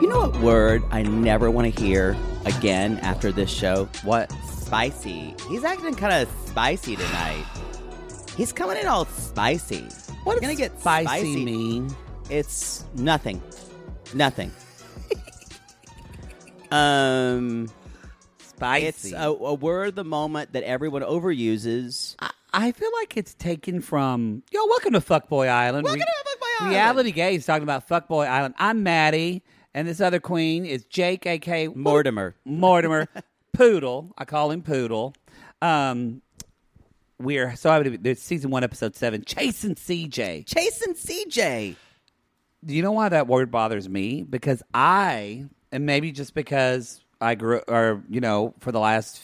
You know what word I never want to hear again after this show? What? Spicy. He's acting kind of spicy tonight. He's coming in all spicy. What What gonna does get spicy, spicy. mean? It's nothing. Nothing. um, Spicy. it's a, a word of the moment that everyone overuses. I- I feel like it's taken from yo. Welcome to Fuckboy Island. Welcome to Fuckboy Island. Reality Gaze talking about Fuckboy Island. I'm Maddie, and this other queen is Jake, aka Mortimer. Mortimer Poodle. I call him Poodle. Um, we're so happy to be. There's season one, episode seven. Chasing CJ. Chasing CJ. Do you know why that word bothers me? Because I, and maybe just because I grew, or you know, for the last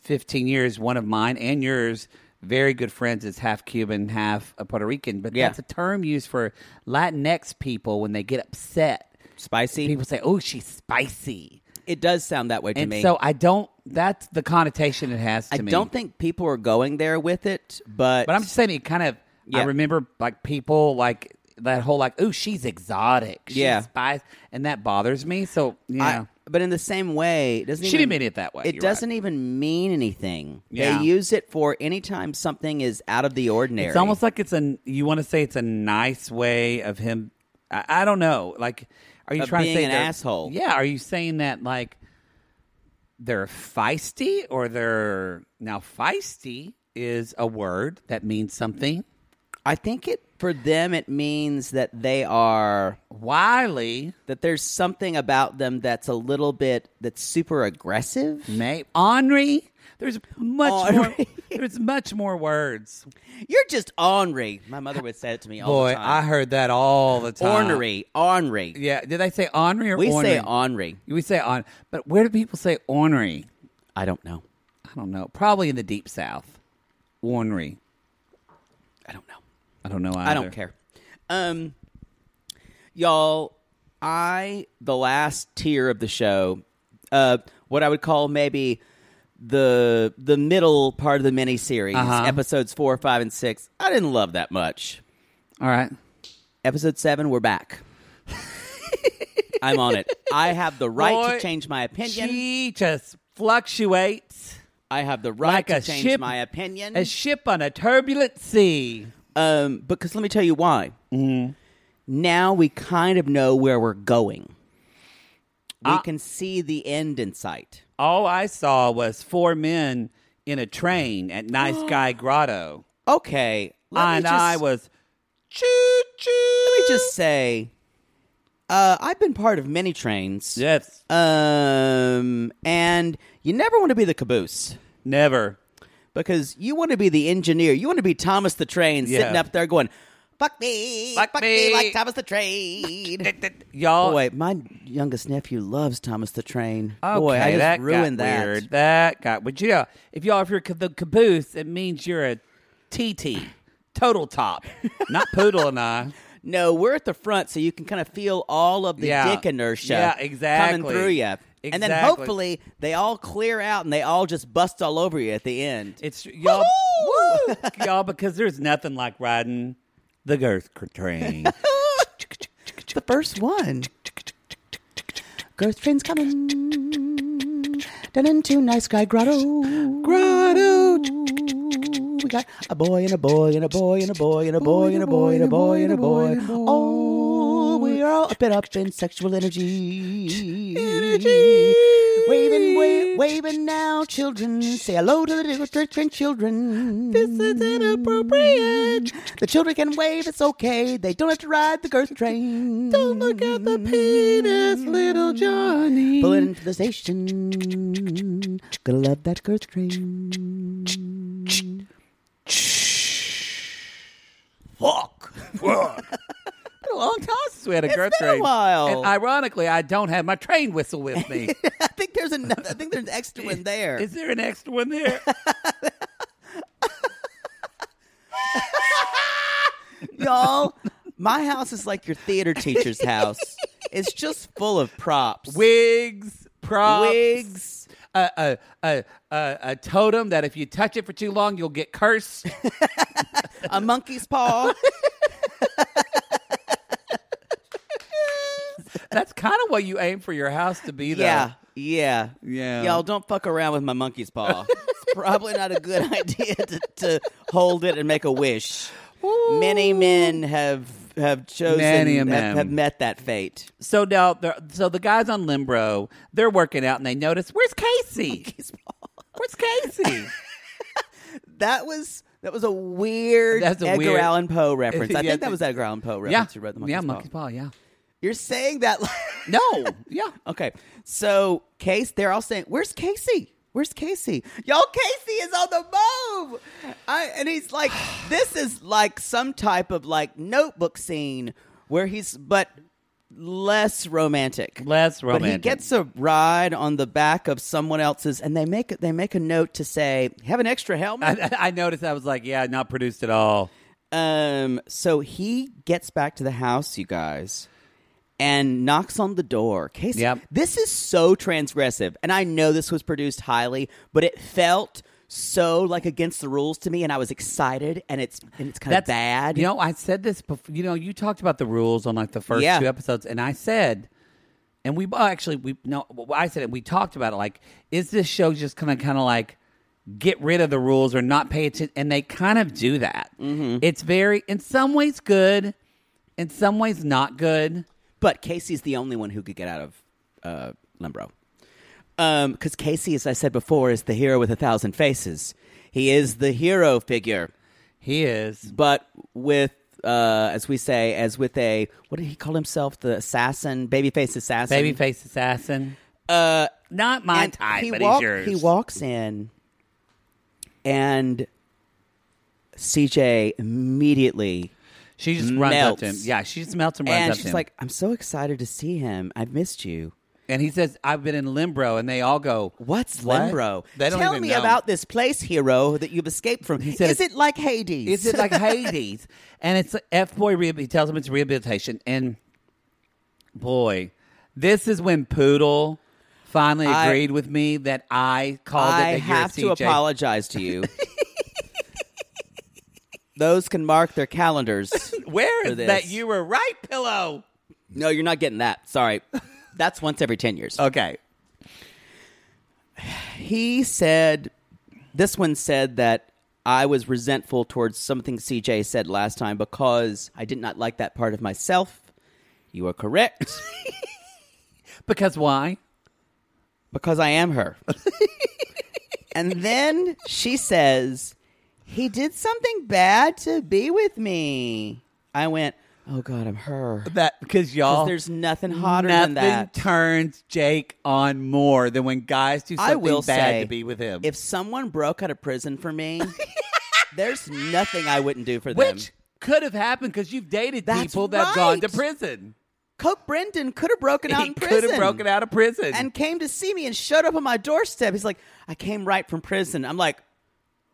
fifteen years, one of mine and yours, very good friends is half Cuban, half a Puerto Rican. But Yeah. that's a term used for Latinx people when they get upset. Spicy. People say, "Oh, she's spicy," it does sound that way to and me. so I don't. That's the connotation it has to I me. don't think people are going there with it, but, But I'm just saying, it kind of. I Yeah. remember like people like that whole like, "Oh, she's exotic." She's Yeah. spicy, and that bothers me. So I- yeah. but in the same way, it doesn't She even, didn't mean it that way, It you're right. doesn't even mean anything. Yeah. They use it for anytime something is out of the ordinary. It's almost like it's a you want to say it's a nice way of him. I, I don't know. Like, are you Of trying being to say an they're- asshole. Yeah. Are you saying that like they're feisty or they're now feisty is a word that means something. I think it for them it means that they are Wiley, that there's something about them that's a little bit that's super aggressive. may Henri. There's much more. Henri. There's much more words. You're just ornery. My mother would say it to me all Boy, the I time. heard that all the time. ornery, ornery. Yeah. Did I say Henri or we say ornery? ornery. We say on, but where do people say ornery? I don't know. I don't know. Probably in the deep south. Ornery. I don't know. I don't know. Either. I don't care. Um, y'all, I the last tier of the show, uh, what I would call maybe the the middle part of the miniseries, Uh-huh. episodes four, five, and six. I didn't love that much. All right. Episode seven, we're back. I'm on it. I have the right Boy, to change my opinion. She just fluctuates I have the right like a to change ship- my opinion. a ship on a turbulent sea. um, because let me tell you why. Mm-hmm. Now we kind of know where we're going. We Ah. can see the end in sight. All I saw was four men in a train at Nice Guy Grotto, Okay, let me and just, I was choo choo. Let me just say, uh, I've been part of many trains. yes, Um, and you never want to be the caboose. never. because you want to be the engineer. You want to be Thomas the Train sitting Yeah. up there going, "Fuck me, Fuck me. like Thomas the Train." Y'all, Boy, my youngest nephew loves Thomas the Train. Okay, Boy, I just that ruined got that. Weird. That got. But yeah, if y'all, if you're ca- the caboose, it means you're a TT, total top, not poodle and I. No, we're at the front, so you can kind of feel all of the Yeah. dick inertia. Yeah, Coming exactly. through you. And then Exactly. hopefully they all clear out and they all just bust all over you at the end. It's y'all, Woo-hoo! Woo! y'all, because there's nothing like riding the girth cr- train. the first one. Ghost train's coming. Down into nice guy grotto. Grotto. We got a boy and a boy and a boy and a boy and a boy and a boy and a boy and a boy. Oh, we are all up and up in sexual energy. Energy. Waving, wa- waving now, children. Say hello to the little train children. This is inappropriate. The children can wave, it's okay. They don't have to ride the girth train. Don't look at the penis, little Johnny. Pull it into the station. Gonna love that girth train. Fuck. Fuck. Been a long time since we had a It's girth been a train. while. And ironically, I don't have my train whistle with me. I think there's another. I think there's an extra one there. Is there an extra one there? Y'all, my house is like your theater teacher's house. It's just full of props. Wigs, props, Wigs. a a a a, a totem that if you touch it for too long, you'll get cursed. a monkey's paw. That's kind of what you aim for your house to be, though. yeah. Yeah. Yeah. Y'all don't fuck around with my monkey's paw. it's probably not a good idea to, to hold it and make a wish. Many men have have chosen Many a have- man. have met that fate. So now, they're- so the guys on Limbro, they're working out, and they notice where's Casey? Where's Casey? That was that was a weird That's a Edgar weird- Allan Poe reference. I Yeah, think that the- was Edgar Allan Poe yeah, reference. who wrote the monkey's yeah, paw. monkey's paw. Yeah. You're saying that like No. Yeah. Okay. So Case, they're all saying, Where's Casey? Where's Casey? Y'all, Casey is on the move. I, and he's like, this is like some type of like notebook scene where he's but less romantic. Less But he romantic. gets a ride on the back of someone else's and they make they make a note to say, have an extra helmet. I, I noticed. I was like, yeah, not produced at all. Um, so he gets back to the house, you guys, and knocks on the door. Casey, Yep. this is so transgressive, and I know this was produced highly, but it felt so like against the rules to me, and I was excited, and it's and it's kind of bad. You know, I said this before. You know, you talked about the rules on like the first Yeah. two episodes, and I said, and we well, actually we no, well, I said it. We talked about it. Like, is this show just kind of kind of like get rid of the rules or not pay attention? And they kind of do that. Mm-hmm. It's very, in some ways, good, in some ways, not good. but Casey's the only one who could get out of uh, Limbro, because Casey, as I said before, is the hero with a thousand faces. He is the hero figure. He is. but with uh, as we say, as with a what did he call himself? The assassin, babyface assassin, Babyface assassin. Uh, Not my and type, he but walk- he's yours. He walks in, and CJ immediately, She just runs up to him. melts. Yeah, she just melts and runs and up to she's him. like, "I'm so excited to see him. I've missed you." and he says, "I've been in Limbro," and they all go, What's "What?" Lembro? They don't Tell even me know. about this place, hero, that you've escaped from. said Is it's- it like Hades? Is it like Hades? And it's F boy. Rehab- he tells him it's rehabilitation, and boy, this is when Poodle finally I- agreed with me that I called it. I that have to you're a CJ. apologize to you. Those can mark their calendars. Where for is this. that you were right, pillow? No, you're not getting that. Sorry. That's once every 10 years. Okay, Uh, He said, this one said that I was resentful towards something CJ said last time because I did not like that part of myself. You are correct. because why? because I am her. and then she says, He did something bad to be with me. I went, Oh God, I'm her. That because y'all, 'Cause there's nothing hotter nothing than that. turns Jake on more than when guys do something I will bad say, to be with him. If someone broke out of prison for me, there's nothing I wouldn't do for them. which could have happened because you've dated That's people that have gone to right. prison. Coke Brendan could have broken out he in could prison. have broken out of prison. and came to see me and showed up on my doorstep. He's like, I came right from prison. I'm like,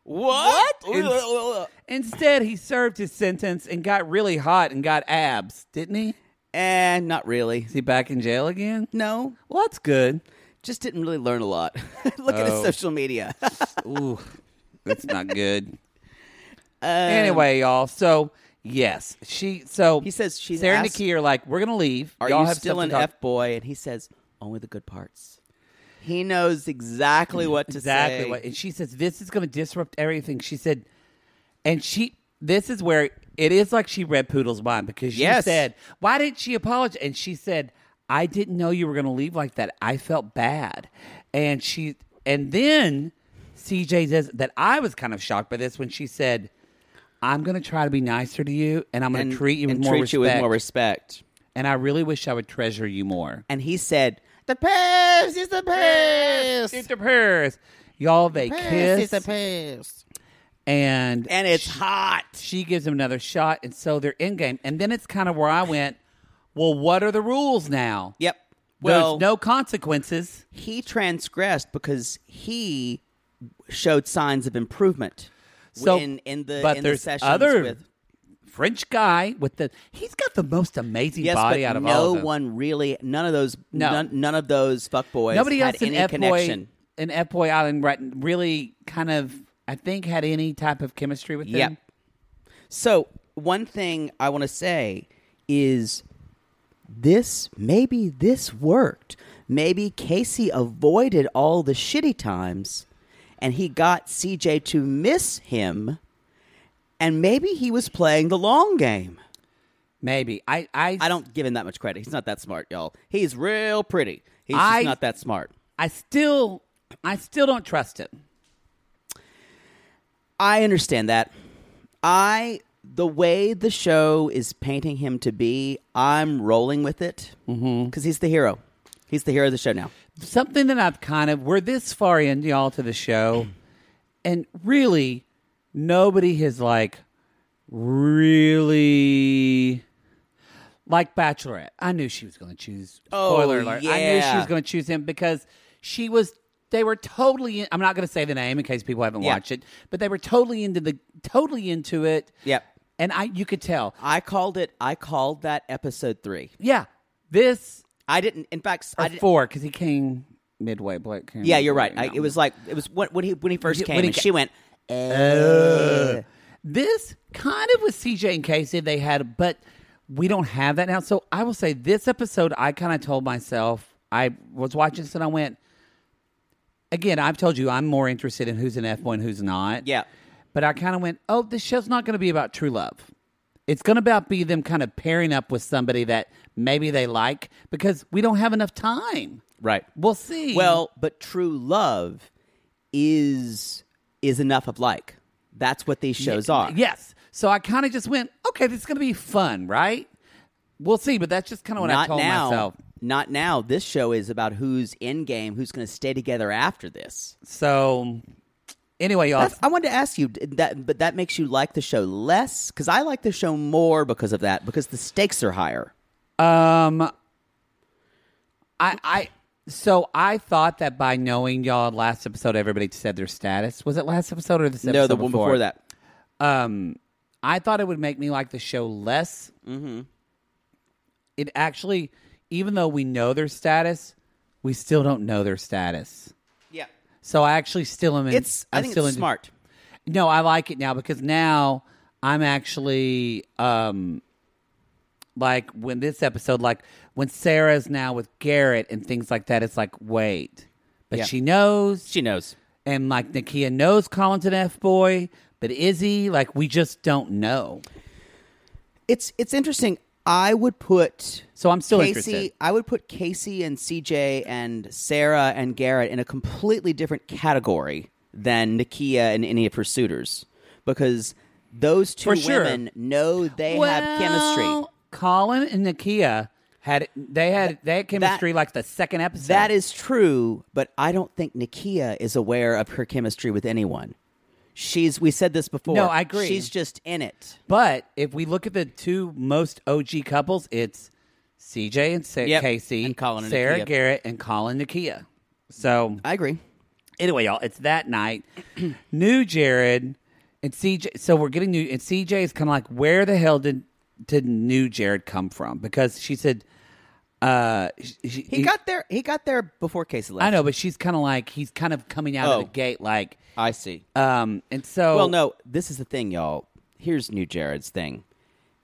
what? What? Instead, he served his sentence and got really hot and got abs, didn't he? and not really. Is he back in jail again? No, Well, that's good. just didn't really learn a lot. Look at Oh. his social media. Ooh, that's not good. anyway, y'all. So yes, she. So He says she's Sarah asked- and Nikki are like, we're gonna leave. Are y'all you have still stuff an to talk- F boy? And he says, only the good parts. He knows exactly what to exactly say. what and she says this is going to disrupt everything she said and she this is where it is like she read poodle's mind because she Yes. said why didn't she apologize and she said i didn't know you were going to leave like that i felt bad and she and then cj says that i was kind of shocked by this when she said i'm going to try to be nicer to you and i'm going And- to treat you with and more treat respect you with more respect. and i really wish i would treasure you more And he said, the past is the past. It's the purse. y'all they kiss past. and And it's hot. She gives him another shot, and so they're in game. And then it's kind of where I went. Well, what are the rules now? Yep. Well, Well- There's no consequences. he transgressed because he showed signs of improvement. So, in, in the but in the there's sessions other with French guy with the he's got the most amazing yes, body but out of no all of them. one really none of those No. none, none of those fuckboys Nobody had else in any F boy connection. in F boy island right, really kind of I think had any type of chemistry with Yep. them. So one thing I want to say is this maybe this worked. Maybe Casey avoided all the shitty times and he got CJ to miss him and maybe he was playing the long game. Maybe I I I don't give him that much credit. He's not that smart, y'all. He's real pretty. He's I- just not that smart. I still I still don't trust him. I understand that. I the way the show is painting him to be, I'm rolling with it because Mm-hmm. he's the hero. He's the hero of the show now. something that I've kind of we're this far in y'all to the show, and really nobody has like really like Bachelorette. I knew she was going to choose. Oh, Spoiler alert! I knew she yeah. was going to choose him because she was. They were totally. In, I'm not going to say the name in case people haven't Yeah. watched it, but they were totally into the totally into it. Yep. And I, you could tell. I called it. I called that episode three. Yeah, this I didn't. In fact, or I didn't, four because he came midway. Blake came. Yeah, you're right. midway, I, no. it was like it was when, when he when he first When came. he and ca- she went. Uh, this kind of was CJ and Casey they had, but we don't have that now. So I will say this episode, I kind of told myself I was watching this and I went. Again, I've told you I'm more interested in who's an F one, who's not. Yeah. but I kind of went, oh, this show's not going to be about true love. It's going to about be them kind of pairing up with somebody that maybe they like because we don't have enough time. Right. We'll see. Well, but true love is is enough of like. That's what these shows are. Yes. So I kind of just went, okay, this is going to be fun, right? We'll see, but that's just kind of what I not told now. myself. Not now. This show is about who's in game, who's going to stay together after this. So anyway, y'all, That's, I wanted to ask you did that, but that makes you like the show less because I like the show more because of that because the stakes are higher. um, I, I, so I thought that by knowing y'all last episode, everybody said their status. Was it last episode or this episode? no, the one before that. Um, I thought it would make me like the show less. Mm-hmm. It actually, even though we know their status, we still don't know their status. Yeah, So I actually still am. In, it's. i I'm think still it's in- smart. No, I like it now because now I'm actually um like when this episode, like when Sarah's now with Garrett and things like that, it's like wait, but Yeah. she knows, She knows. and like Nakia knows Colin's an F boy, but is he? Like we just don't know. It's it's interesting. I would put So I'm still Casey. interested. I would put Casey and CJ and Sarah and Garrett in a completely different category than Nakia and any of her suitors because those two For sure. women know they have chemistry. Well, Colin and Nakia had they had they had chemistry like the second episode. That is true, but I don't think Nakia is aware of her chemistry with anyone. She's we said this before. No, I agree. She's just in it. But if we look at the two most OG couples, it's CJ and Sa- Yep, Casey, and Colin and Sarah Nakia. Uh, Garrett, and Colin Nakia. So I agree. anyway, y'all, it's that night. new Jared and CJ. So we're getting new, and CJ is kind of like, where the hell did did new Jared come from? Because she said, uh, she, she- He got there. He got there before Casey left. I know, but she's kind of like he's kind of coming out Oh. of the gate, like, I see. um, and so Well, no, this is the thing, y'all. Here's New Jared's thing.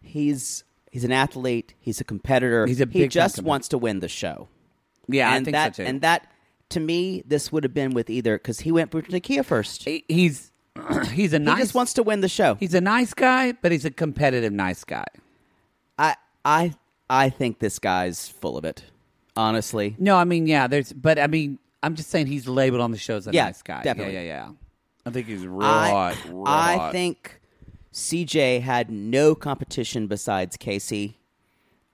He's he's an athlete. He's a competitor. He's a he big time just competitor. wants to win the show. yeah, and I think that, so too. And that to me, this would have been with either because he went for Nakia first. He He- he's he's a nice just wants to win the show. he's a nice guy, but he's a competitive nice guy. I I I think this guy's full of it. Honestly, No, I mean, yeah, there's, but I mean, I'm just saying he's labeled on the show as a Yeah, nice guy. definitely. Yeah, yeah, yeah. I think he's real I hot. real I hot. think CJ had no competition besides Casey,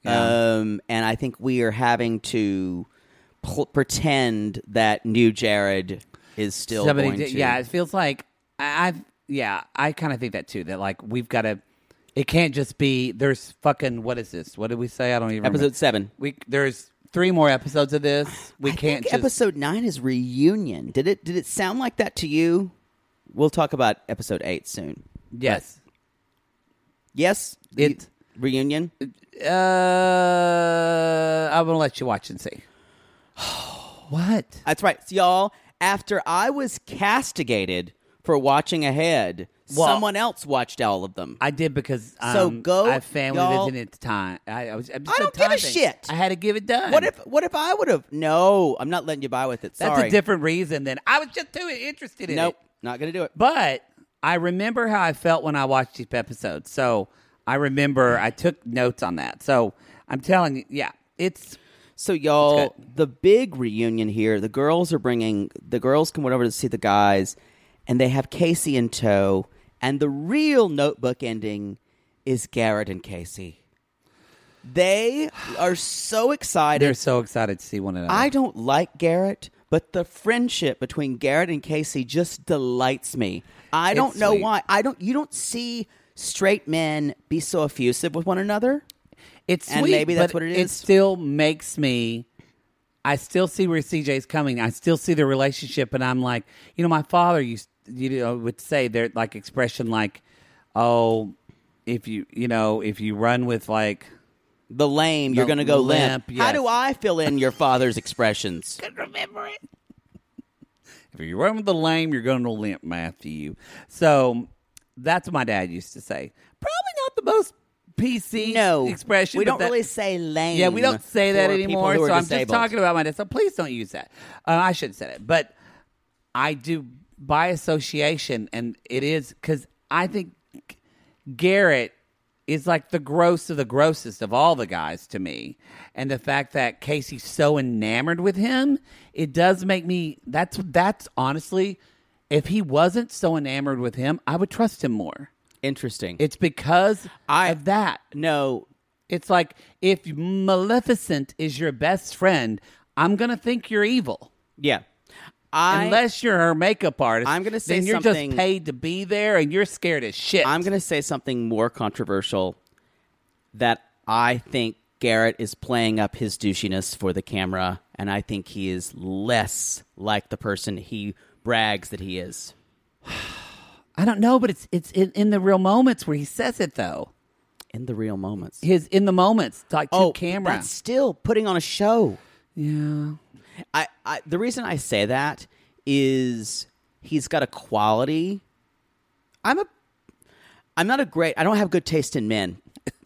um, and I think we are having to pl- pretend that new Jared is still somebody. going did- to. Yeah, it feels like I, I've. Yeah, I kind of think that too. That like we've got to. It can't just be there's fucking what is this? What did we say? I don't even remember. Episode seven. We there's three more episodes of this. We I can't think just episode nine is reunion. Did it? Did it sound like that to you? We'll talk about episode eight soon. yes. Yes, the It- reunion. Uh, I'm gonna let you watch and see. what? That's right. So y'all, after I was castigated for watching ahead, Well- someone else watched all of them. I did because um, So go, I family y'all. visited at the time. I, I was. I'm I just a don't give time a thing. shit. I had to give it done. what if what if I would have No, I'm not letting you buy with it. That's Sorry. a different reason than I was just too interested in Nope, it. not gonna do it. But I remember how I felt when I watched each episode. So I remember I took notes on that. So I'm telling you, yeah, it's So y'all, It's the big reunion here. The girls are bringing the girls come over to see the guys, and they have Casey in tow. And the real notebook ending is Garrett and Casey. They are so excited. they're so excited to see one another. I don't like Garrett, but the friendship between Garrett and Casey just delights me. I It's don't know sweet. why. I don't. You don't see straight men be so effusive with one another. it's and sweet, maybe that's but what it It is. still makes me. I still see where CJ's coming. I still see the relationship, and I'm like, you know, my father used you know would say their like expression like, oh, if you you know if you run with like The lame, you're The going to go limp. limp, How yes. do I fill in your father's expressions? remember it. If you're running with the lame, you're going to limp after you. So that's what my dad used to say. Probably not the most PC No expression. We but don't that- really say lame. Yeah, we don't say that for people anymore. who are So I'm just disabled. talking about my dad. So please don't use that. Uh, I should have said it, but I do by association, and it is because I think Garrett is like the gross of the grossest of all the guys to me. And the fact that Casey's so enamored with him, it does make me that's that's honestly if he wasn't so enamored with him, I would trust him more. Interesting. It's because I- of that. no, It's like if Maleficent is your best friend, I'm going to think you're evil. yeah. I, Unless you're her makeup artist, I'm gonna say then you're something- just paid to be there, and you're scared as shit. I'm going to say something more controversial that I think Garrett is playing up his douchiness for the camera, and I think he is less like the person he brags that he is. I don't know, but it's it's in, in the real moments where he says it though. In the real moments. His in the moments, like to oh, camera. That's still putting on a show. Yeah, I, I the reason I say that is he's got a quality. I'm a I'm not a great I don't have good taste in men.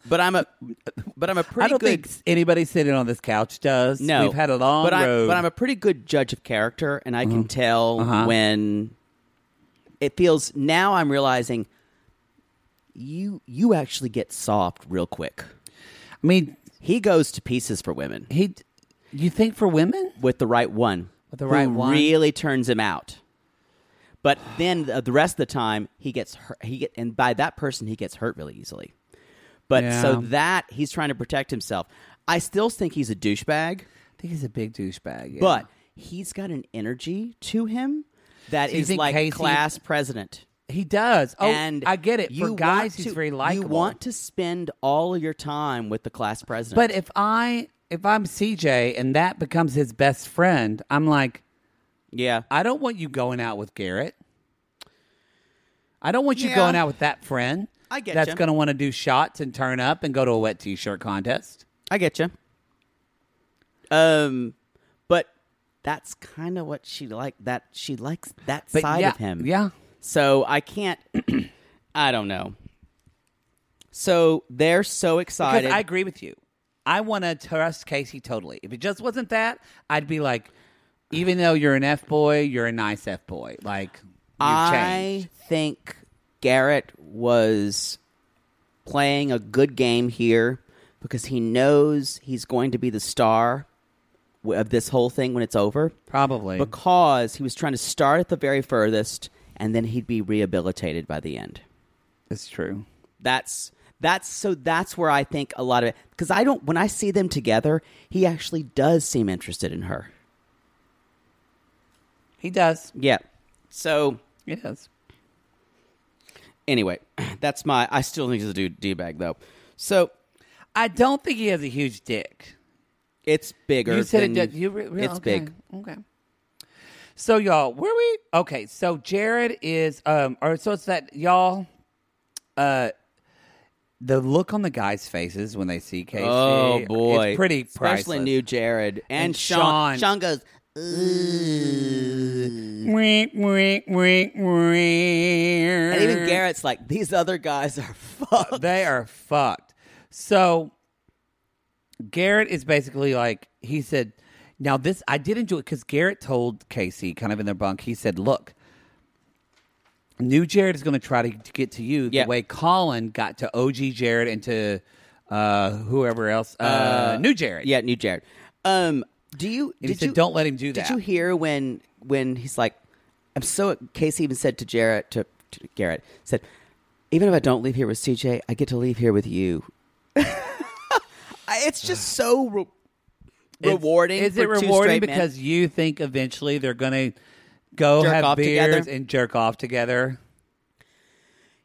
But I'm a but I'm a pretty I don't good think anybody sitting on this couch does. no. we've had a long but I, road. Mm-hmm. Uh-huh. but I'm a pretty good judge of character and I can tell when it feels now I'm realizing you you actually get soft real quick. I mean, He goes to pieces for women he. You think for women? with the right one. With the who right one. really turns him out. But then the the rest of the time he gets hurt. He get, and by that person he gets hurt really easily. But so Yeah. that he's trying to protect himself. I still think he's a douchebag, I think he's a big douchebag. yeah. but he's got an energy to him that So is you think like Casey- class president. he does. Oh, and I get it. For want guys, he's to- very likable. You want to spend all of your time with the class president. But if I if I'm CJ and that becomes his best friend, I'm like, yeah, I don't want you going out with Garrett. I don't want you Yeah. going out with that friend. I get that's ya. going to want to do shots and turn up and go to a wet t-shirt contest. I get you. Um, but that's kind of what she like. That she likes that But side yeah, of him. yeah. So I can't. I don't know. So they're so Because excited. I agree with you. I want to trust Casey totally. If it just wasn't that, I'd be like, even though you're an f boy, you're a nice f boy. Like you've changed. I think Garrett was playing a good game here because he knows he's going to be the star w- of this whole thing when it's over. Probably. Because he was trying to start at the very furthest and then he'd be rehabilitated by the end. It's true. That's that's so that's where I think a lot of it because I don't when I see them together, he actually does seem interested in her. He does. Yeah. So He does. anyway, that's my I still think he's a dude d bag though. So I don't think he has a huge dick. It's bigger. You said it. than- Did, you re- re- it's okay. big. Okay. So y'all, where we? Okay. So Jared is um, or so it's that y'all. Uh, the look on the guys' faces when they see Casey. Oh boy, it's pretty priceless. Especially new Jared and, And Sean. Sean. Sean goes. Wink, wink, wink, And even wink. Garrett's like, these other guys are fucked. They are fucked. So Garrett is basically like he said. Now this I did enjoy because Garrett told Casey kind of in their bunk. He said, "Look, new Jared is going to try to get to you Yeah. the way Colin got to OG Jared and to uh, whoever else, uh, new Jared." yeah, new Jared. Um, do you? And he did said, you, "Don't let him do Did that." you hear when when he's like, I'm so. Casey even said to Jarrett to, to Garrett said, even if I don't leave here with CJ, I get to leave here with you. I- it's just so re- It's- rewarding. Is for it two rewarding straight men. because you think eventually they're going to go Jerk have off together? beers and jerk off together?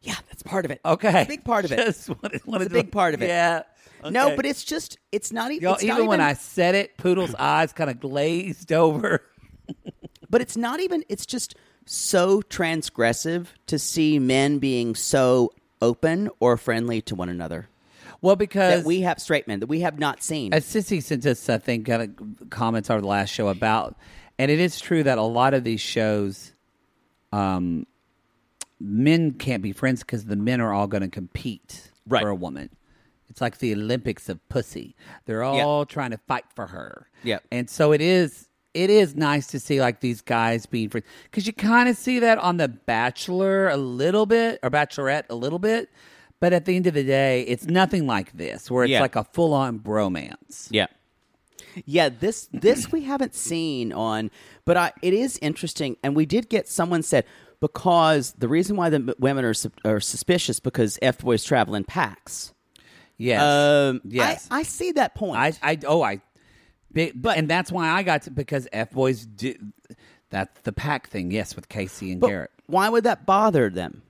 Yeah, that's part of it. Okay, It's a big part of it. Just wanted- wanted it's a to- big part of it. Yeah. No, Okay. but it's just it's not, e- Y'all, it's even, not even when I said it, Poodle's eyes kind of glazed over. but it's not even it's just so transgressive to see men being so open or friendly to one another Well, because that we have straight men that we have not seen. as Sissy sent us, I think, kind of comments our last show about, and it is true that a lot of these shows, um, men can't be friends because the men are all going to compete Right. for a woman. It's like the Olympics of pussy. They're all trying to fight for her. Yeah. and so it is. It is nice to see like these guys being friends because you kind of see that on The Bachelor a little bit or Bachelorette a little bit, but at the end of the day, it's nothing like this where it's Yeah. like a full on bromance. Yeah. Yeah, this this we haven't seen on, but I, it is interesting, and we did get someone said because the reason why the m- women are sup- are suspicious because f boys travel in packs. Yes. Um, yes. I, I see that point. I, I, oh, I, but and that's why I got to because F boys do that's the pack thing. Yes, with Casey and But Garrett Why would that bother them?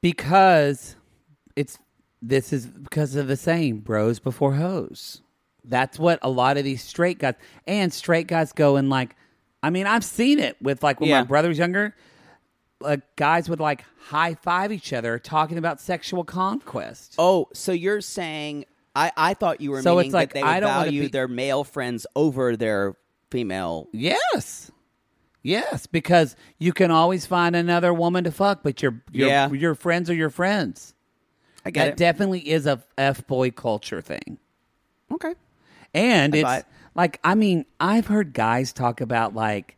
because it's this is because of the saying bros before hoes. That's what a lot of these straight guys and straight guys go and like. I mean, I've seen it with like when Yeah. my brother was younger. Like guys would like high five each other talking about sexual conquest. Oh, so you're saying I, I thought you were So meaning it's like, that they would I don't wanna value be- their male friends over their female. Yes. Yes, because you can always find another woman to fuck, but your your Yeah. your friends are your friends. I get That it. definitely is a f boy culture thing, okay. and I buy it's it. like I mean I've heard guys talk about like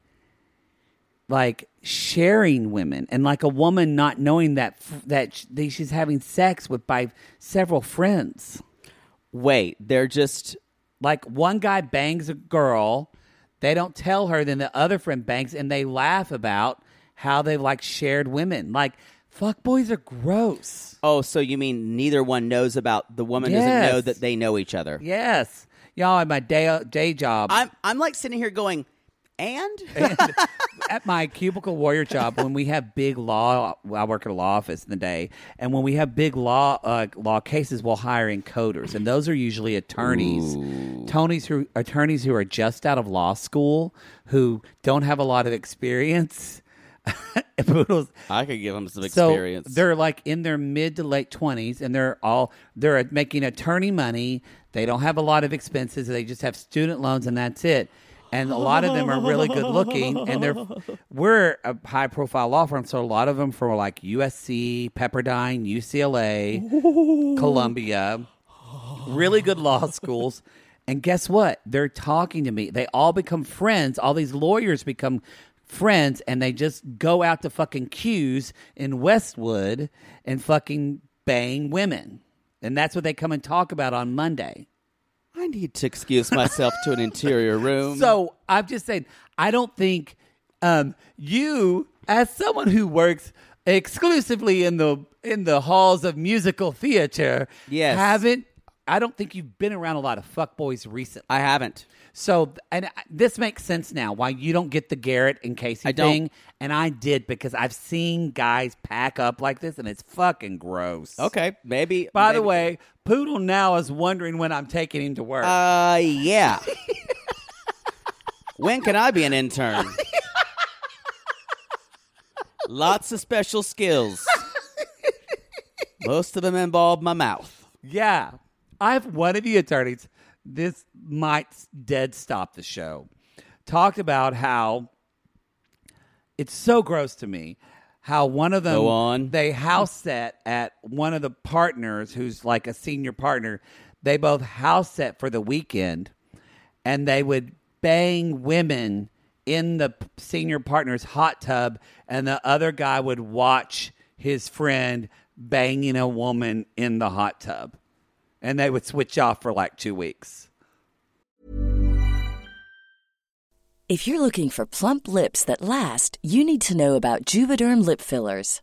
like sharing women and like a woman not knowing that f- that, sh- that she's having sex with by several friends. Wait, they're just Like one guy bangs a girl, they don't tell her, then the other friend bangs and they laugh about how they've like shared women. Like Fuck boys are gross. Oh, so you mean neither one knows about the woman doesn't know Yes. that they know each other? Yes, y'all at my day day job I'm I'm like sitting here going, and at my cubicle warrior job when we have big law. well, I work at a law office in the day, and when we have big law uh, law cases, we'll hire encoders, and those are usually attorneys, Tony's who attorneys who are just out of law school who don't have a lot of experience. Poodles, I could give them some So they're like in their mid to late twenties, and they're all they're making attorney money. They don't have a lot of expenses. They just have student loans, and that's it. And a lot of them are really good looking, and they're we're a high profile law firm, so a lot of them from like USC, Pepperdine, UCLA, Columbia, really good law schools. And guess what? They're talking to me. They all become friends. All these lawyers become friends and they just go out to fucking queues in Westwood and fucking bang women. And that's what they come and talk about on Monday. I need to excuse myself to an interior room. So I'm just saying, I don't think um, you, as someone who works exclusively in the in the halls of musical theater, Yes. haven't. I don't think you've been around a lot of fuckboys recently. I haven't. So, and I- this makes sense now why you don't get the Garrett and Casey I don't. thing. And I did because I've seen guys pack up like this and it's fucking gross. Okay, maybe. By the maybe- way, Poodle now is wondering when I'm taking him to work. uh, yeah. when can I be an intern? Lots of special skills. Most of them involve my mouth. yeah. I have one of the attorneys, this might dead stop the show, talked about how it's so gross to me how one of them Go on. they house set at one of the partners who's like a senior partner they both house set for the weekend and they would bang women in the p- senior partner's hot tub and the other guy would watch his friend banging a woman in the hot tub and they would switch off for like two weeks If you're looking for plump lips that last, you need to know about Juvederm lip fillers.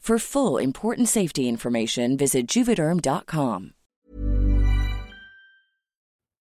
For full important safety information, visit juvederm.com.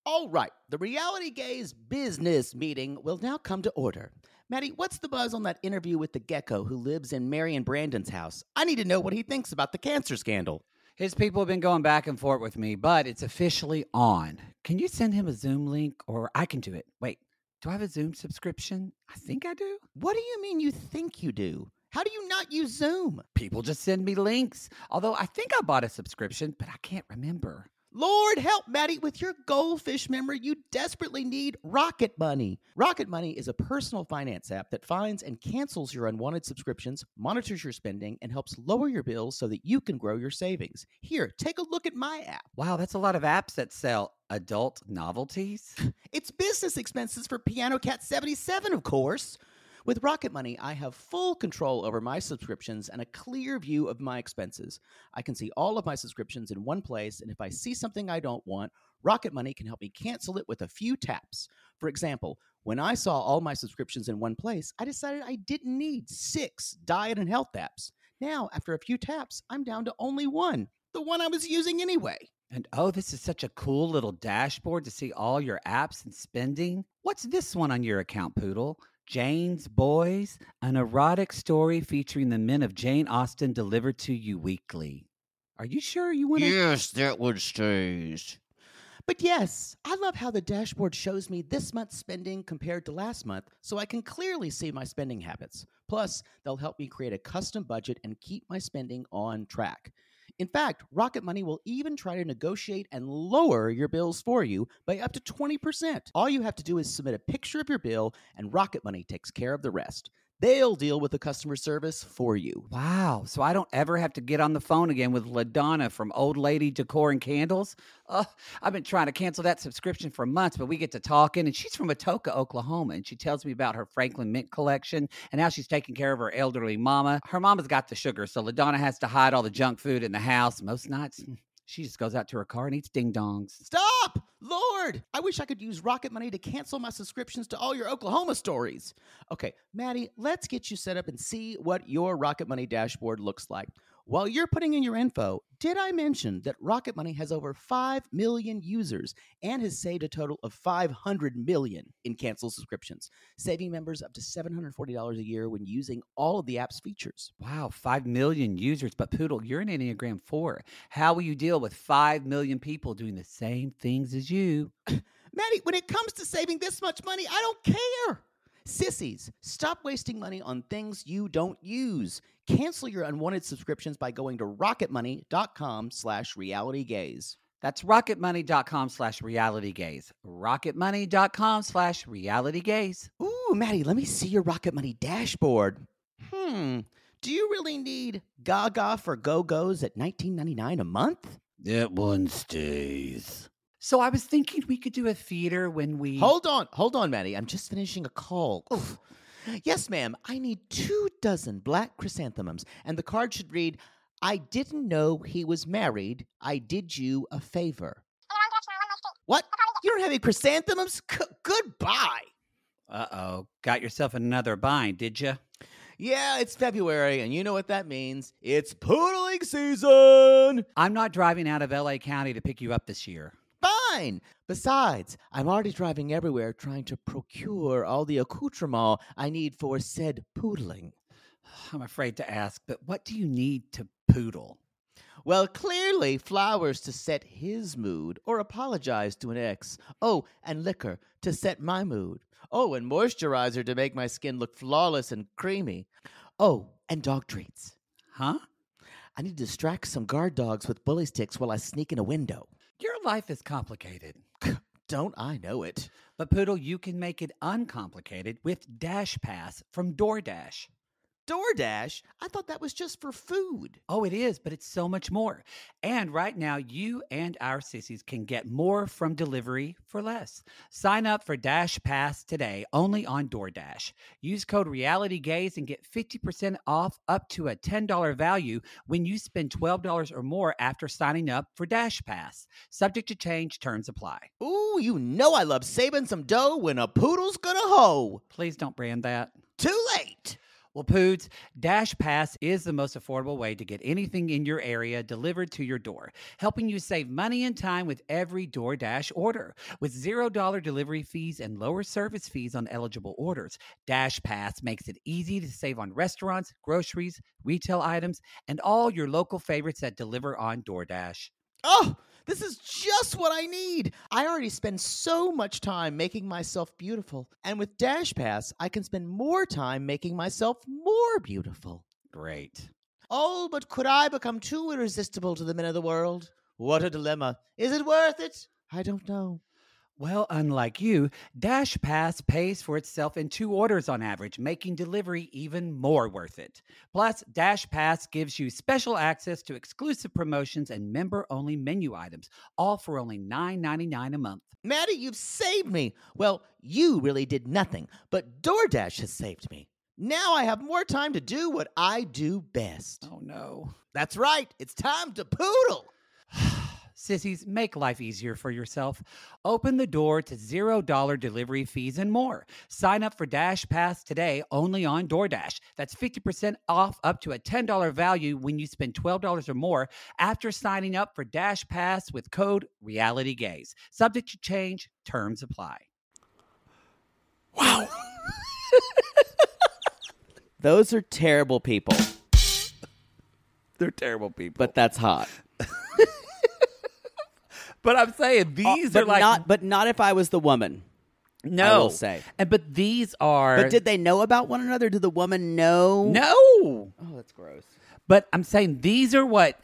All right, the Reality Gaze business meeting will now come to order. Maddie, what's the buzz on that interview with the gecko who lives in Mary and Brandon's house? I need to know what he thinks about the cancer scandal. His people have been going back and forth with me, but it's officially on. Can you send him a Zoom link or I can do it? Wait, do I have a Zoom subscription? I think I do. What do you mean you think you do? How do you not use Zoom? People just send me links. Although I think I bought a subscription, but I can't remember. Lord help Maddie with your goldfish memory. You desperately need Rocket Money. Rocket Money is a personal finance app that finds and cancels your unwanted subscriptions, monitors your spending, and helps lower your bills so that you can grow your savings. Here, take a look at my app. Wow, that's a lot of apps that sell adult novelties. It's business expenses for Piano Cat 77, of course. With Rocket Money, I have full control over my subscriptions and a clear view of my expenses. I can see all of my subscriptions in one place, and if I see something I don't want, Rocket Money can help me cancel it with a few taps. For example, when I saw all my subscriptions in one place, I decided I didn't need six diet and health apps. Now, after a few taps, I'm down to only one, the one I was using anyway. And oh, this is such a cool little dashboard to see all your apps and spending. What's this one on your account, Poodle? Jane's Boys, an erotic story featuring the men of Jane Austen delivered to you weekly. Are you sure you want to? Yes, that one stays. But yes, I love how the dashboard shows me this month's spending compared to last month so I can clearly see my spending habits. Plus, they'll help me create a custom budget and keep my spending on track. In fact, Rocket Money will even try to negotiate and lower your bills for you by up to 20%. All you have to do is submit a picture of your bill, and Rocket Money takes care of the rest. They'll deal with the customer service for you. Wow. So I don't ever have to get on the phone again with LaDonna from Old Lady Decor and Candles. Uh, I've been trying to cancel that subscription for months, but we get to talking, and she's from Atoka, Oklahoma, and she tells me about her Franklin mint collection and how she's taking care of her elderly mama. Her mama's got the sugar, so LaDonna has to hide all the junk food in the house. Most nights, mm, she just goes out to her car and eats ding dongs. Stop! Lord! I wish I could use Rocket Money to cancel my subscriptions to all your Oklahoma stories. Okay, Maddie, let's get you set up and see what your Rocket Money dashboard looks like. While you're putting in your info, did I mention that Rocket Money has over 5 million users and has saved a total of 500 million in canceled subscriptions, saving members up to $740 a year when using all of the app's features? Wow, 5 million users. But Poodle, you're an Enneagram 4. How will you deal with 5 million people doing the same things as you? Maddie, when it comes to saving this much money, I don't care. Sissies, stop wasting money on things you don't use. Cancel your unwanted subscriptions by going to rocketmoney.com slash reality gaze. That's rocketmoney.com slash reality gaze. Rocketmoney.com slash reality gaze. Ooh, Maddie, let me see your Rocket Money dashboard. Hmm, do you really need Gaga for Go-Go's at $19.99 a month? That one stays. So I was thinking we could do a theater when we. Hold on, hold on, Maddie. I'm just finishing a call. Oof. Yes, ma'am. I need two dozen black chrysanthemums, and the card should read, "I didn't know he was married. I did you a favor." What? You don't have any chrysanthemums? C- goodbye. Uh oh. Got yourself in another bind, did you? Yeah, it's February, and you know what that means. It's poodling season. I'm not driving out of LA County to pick you up this year. Fine. Besides, I'm already driving everywhere trying to procure all the accoutrement I need for said poodling. I'm afraid to ask, but what do you need to poodle? Well, clearly, flowers to set his mood, or apologize to an ex. Oh, and liquor to set my mood. Oh, and moisturizer to make my skin look flawless and creamy. Oh, and dog treats. Huh? I need to distract some guard dogs with bully sticks while I sneak in a window. Your life is complicated. Don't I know it? But Poodle, you can make it uncomplicated with Dash Pass from DoorDash. DoorDash? I thought that was just for food. Oh, it is, but it's so much more. And right now, you and our sissies can get more from delivery for less. Sign up for Dash Pass today only on DoorDash. Use code RealityGaze and get 50% off up to a $10 value when you spend $12 or more after signing up for Dash Pass. Subject to change, terms apply. Ooh, you know I love saving some dough when a poodle's gonna hoe. Please don't brand that. Too late. Well, Poods, Dash Pass is the most affordable way to get anything in your area delivered to your door, helping you save money and time with every DoorDash order. With $0 delivery fees and lower service fees on eligible orders, Dash Pass makes it easy to save on restaurants, groceries, retail items, and all your local favorites that deliver on DoorDash. Oh, this is just what I need. I already spend so much time making myself beautiful. And with Dash Pass, I can spend more time making myself more beautiful. Great. Oh, but could I become too irresistible to the men of the world? What a dilemma. Is it worth it? I don't know. Well, unlike you, Dash Pass pays for itself in two orders on average, making delivery even more worth it. Plus, Dash Pass gives you special access to exclusive promotions and member only menu items, all for only $9.99 a month. Maddie, you've saved me. Well, you really did nothing, but DoorDash has saved me. Now I have more time to do what I do best. Oh no. That's right, it's time to poodle. Sissies, make life easier for yourself. Open the door to $0 delivery fees and more. Sign up for Dash Pass today only on DoorDash. That's 50% off up to a $10 value when you spend $12 or more after signing up for Dash Pass with code RealityGaze. Subject to change, terms apply. Those are terrible people. They're terrible people. but that's hot. But I'm saying these but are like not, but not if I was the woman. no. will say. And but these are But did they know about one another? Did the woman know? no. Oh, that's gross. But I'm saying these are what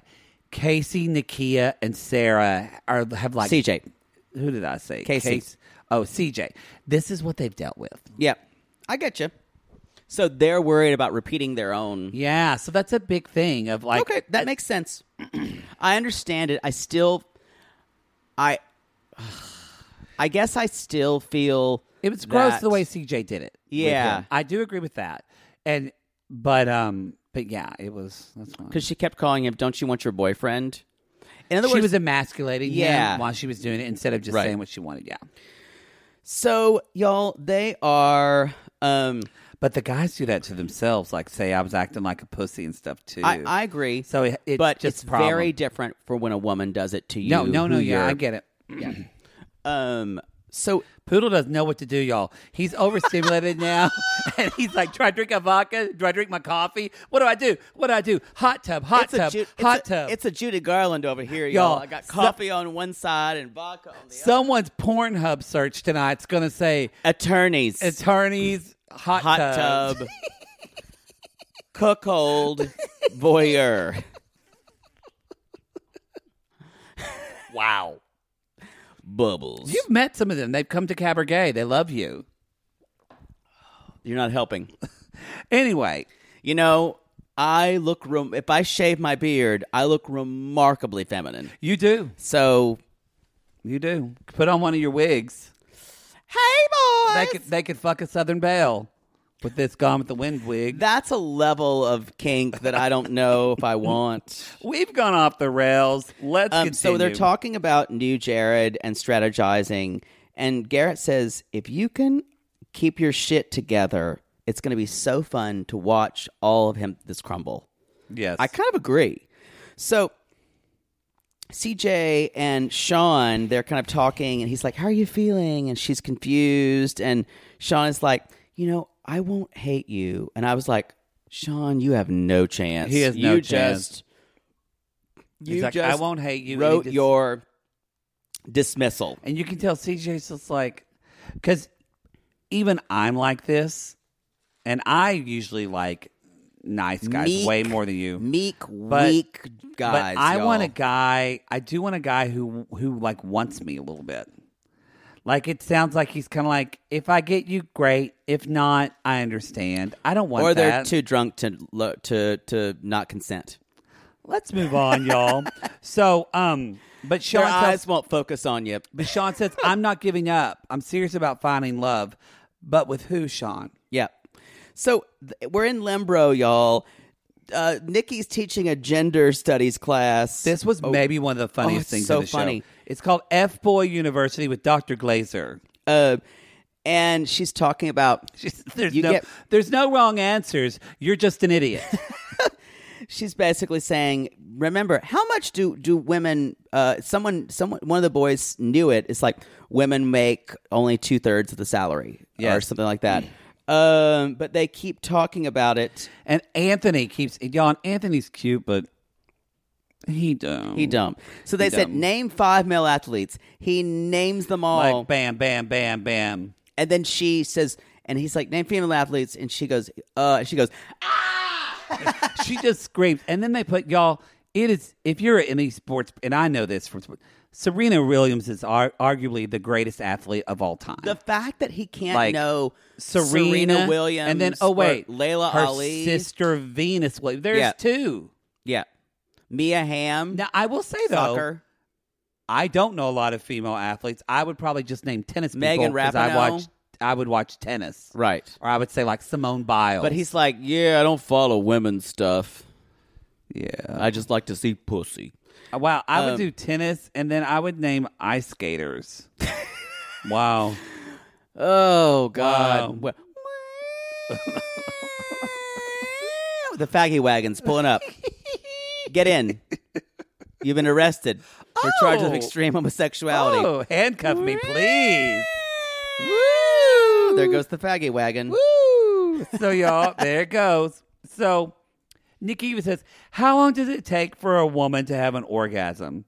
Casey, Nakia, and Sarah are have like CJ. Who did I say? Casey. Case- oh, CJ. This is what they've dealt with. Yep. I get you. So they're worried about repeating their own. Yeah, so that's a big thing of like uh, okay, that makes sense. I understand it. I still, I, I guess I still feel It was gross that- the way CJ did it. with Yeah. him. I do agree with that. And but um but yeah, it was that's fine. because she kept calling him. Don't you want your boyfriend? In other she words, was emasculating Yeah. him while she was doing it instead of just Right. saying what she wanted. Yeah. so y'all, they are. Um, But the guys do that to themselves, like say I was acting like a pussy and stuff too. I, I agree. So it- it's but just it's a problem. very different for when a woman does it to you. no, no, no, who yeah, I you're- get it. Um, so Poodle doesn't know what to do, y'all. He's overstimulated now, and he's like, "Do I drink a vodka? Do I drink my coffee? What do I do? What do I do? Hot tub, hot it's tub, a Ju- hot it's a, tub." It's a Judy Garland over here, y'all. Y'all, I got so- coffee on one side and vodka on the other. Someone's Pornhub search tonight's gonna say Attorneys. attorneys hot, hot tub. tub, cuckold, voyeur. Wow, Bubbles. you've met some of them. They've come to Cabaret. They love you. You're not helping. Anyway, You know, I look, rem- if I shave my beard, I look remarkably feminine. you do, So, you do. Put on one of your wigs. hey, boys! They could, they could fuck a Southern Belle with this Gone with the Wind wig. That's a level of kink that I don't know if I want. We've gone off the rails. Let's Um, so they're continue. talking about new Jared and strategizing, and Garrett says, "If you can keep your shit together, it's going to be so fun to watch all of him this crumble." Yes, I kind of agree. So CJ and Sean, they're kind of talking, and he's like, How are you feeling? And she's confused. And Sean is like, You know, I won't hate you. And I was like, Sean, you have no chance. He has no you chance. Just, He's you like, just "I won't hate you," and he Wrote just- your dismissal. And you can tell CJ's just like, because even I'm like this, and I usually like nice guys Meek, way more than you. Meek, But- weak guys. but I y'all. want a guy. I do want a guy who who like wants me a little bit. Like it sounds like he's kind of like, if I get you, great. If not, I understand. I don't want Or they're that. too drunk to lo- to to not consent. Let's move on, y'all. so, um, but Sean Their tells- eyes won't focus on you. But Sean says, I'm not giving up. I'm serious about finding love. But with who, Sean? Yeah. So th- we're in Lembro, y'all. Uh, Nikki's teaching a gender studies class. This was maybe one of the Oh, funniest it's things so in the funny. show. It's called F Boy University with Dr. Glazer. uh, and she's talking about She's- There's you no, get- there's no wrong answers. You're just an idiot. she's basically saying, remember, how much do do women? Uh, someone, someone, one of the boys knew it. It's like women make only two thirds of the salary, or Yes. something like that. um, but they keep talking about it. and Anthony keeps y'all. Anthony's cute, but he dumb. He dumb. So they Mm. He said, dumb. name five male athletes. He names them all. Like bam, bam, bam, bam. And then she says, and he's like, name female athletes. And she goes, uh, and she goes, she just screams. And then they put y'all. It is if you're in these sports, and I know this from sport- Serena Williams is ar- arguably the greatest athlete of all time. the fact that he can't Uh, Like, know Serena, Williams. and then oh or wait, Layla her Ali. sister Venus Williams. There's Yeah. two. Yeah. Mia Hamm. Now I will say though, soccer. I don't know a lot of female athletes. I would probably just name tennis Megan people I Rapinoe. watch. I would watch tennis, Right. Or I would say like Simone Biles. But he's like, yeah, I don't follow women's stuff. yeah. I just like to see pussy. Uh, Wow, I would Um, do tennis, and then I would name ice skaters. wow. Oh, God. Wow. Well, the faggy wagon's pulling up. Get in. You've been arrested for charges of Oh. extreme homosexuality. Oh, handcuff me, please. There goes the faggy wagon. Woo! So y'all, there it goes. So Nikki even says, "How long does it take for a woman to have an orgasm?"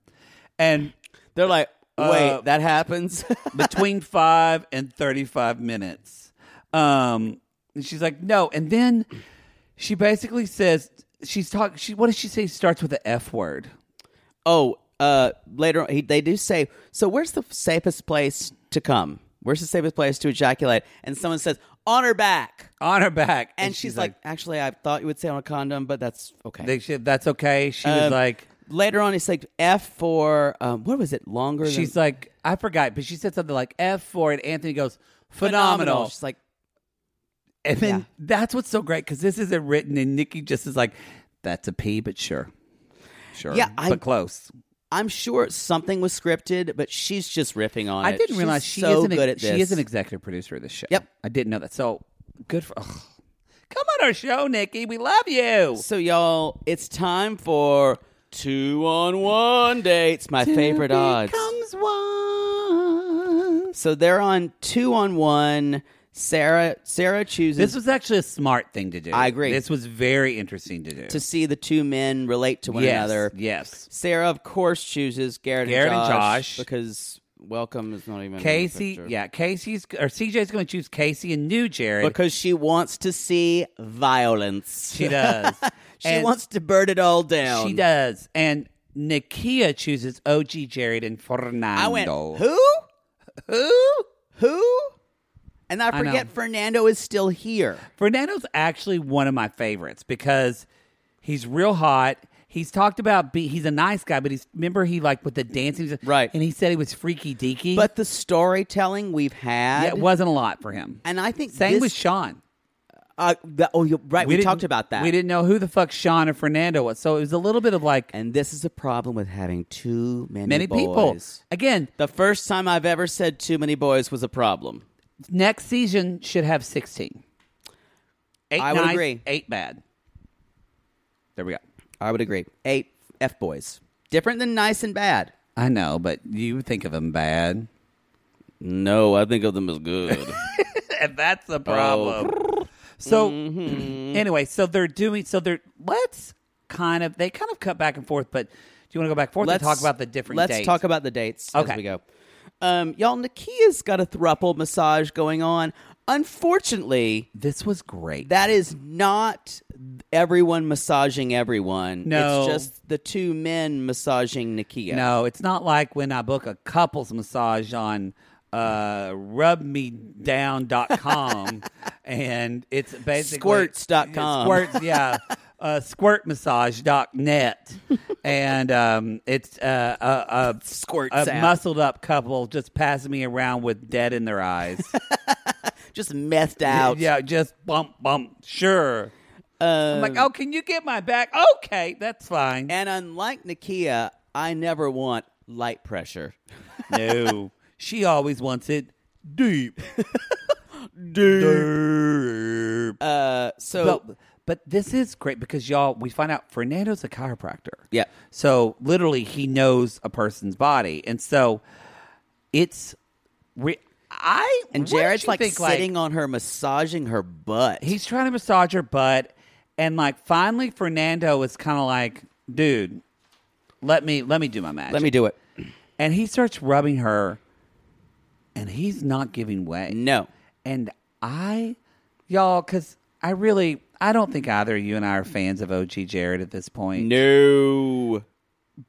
And They're like, wait, Uh, that happens. between five and 35 minutes. Um, and she's like, no. And then she basically says, she's talking, she, what does she say? Starts with the F word. oh, uh, later on, he, they do say. So, where's the safest place to come? Where's the safest place to ejaculate? And someone says, on her back. On her back. And, she's, like, actually, I thought you would say on a condom, but that's okay. they should- that's okay. She was Um, like, later on, it's like F for um, what was it? Longer. than- she's like, I forgot, but she said something like F for it. Anthony goes, phenomenal. She's like, And then that's what's so great because this isn't written, and Nikki just is like, that's a P, but sure. Sure. Yeah, but I- close. I'm sure something was scripted, but she's just riffing on it. I didn't She's realize she so is an good at this. she is an executive producer of this show. Yep. I didn't know that. So good for. ugh. Come on our show, Nikki. We love you. So, y'all, it's time for two on one dates. My favorite odds. Comes one. So they're on two on one. Sarah Sarah chooses This was actually a smart thing to do. I agree. This was very interesting to do. to see the two men relate to one yes, another. Yes. Sarah, of course, chooses Garrett, Garrett and, and Josh Josh. because welcome is not even in the Casey, picture. yeah, Casey's or CJ's going to choose Casey and New Jared. because she wants to see violence. she does. She And wants to burn it all down. She does. And Nikia chooses OG Jared and Fernando. I went who who who, and I I know. forget Fernando is still here. Fernando's actually one of my favorites because he's real hot. He's talked about be, he's a nice guy, but he's remember he like with the dancing Right. and he said he was freaky deaky, But the storytelling we've had, yeah, it wasn't a lot for him. and I think Same this, with Sean. Uh, the, oh, you're right. We, didn't- talked about that. We didn't know who the fuck Sean or Fernando was, so it was a little bit of like And this is the problem with having too many many people. boys. Again, The first time I've ever said too many boys was a problem. next season should have sixteen. Eight I would nice, agree. Eight bad. There we go. I would agree. Eight f boys, different than nice and bad. I know, but you think of them bad. No, I think of them as good. and that's the problem. Oh. Mm-hmm. So anyway, so they're doing so they're let's kind of they kind of cut back and forth, but do you want to go back and forth and talk about the different Let's dates? talk about the dates Okay. as we go. Um, y'all, Nakia's got a thruple massage going on. Unfortunately, this was great. that is not everyone massaging everyone. No. It's just the two men massaging Nakia. No, it's not like when I book a couples massage on uh rubmedown.com and it's basically Squirts.com. Squirt, yeah. Uh, squirtmassage.net and um, it's uh, a, a Squirt a sap. muscled up couple just passing me around with dead in their eyes. Just methed out. yeah, just bump bump. Sure. I'm like, oh, can you get my back? Okay, that's fine. And unlike Nakia, I never want light pressure. No, she always wants it deep. Uh, so, But, but this is great because y'all, we find out Fernando's a chiropractor. Yeah. So literally, he knows a person's body, and so it's. Re- I and what did Jared's you like think, sitting on her, massaging her butt. he's trying to massage her butt, and like finally, Fernando is kind of like, dude, let me let me do my magic. Let me do it. And he starts rubbing her, and he's not giving way. No. And I, y'all, because I really, I don't think either of you and I are fans of OG Jared at this point. No.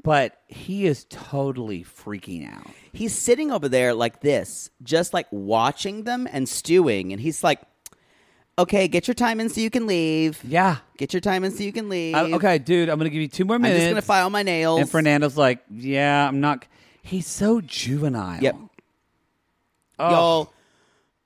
But he is totally freaking out. he's sitting over there like this, just like watching them and stewing. And he's like, okay, get your time in so you can leave. Yeah. Get your time in so you can leave. I- Uh, okay, dude, I'm going to give you two more I'm minutes. just going to file my nails. And Fernando's like, yeah, I'm not. He's so juvenile. Yep. Ugh. Y'all,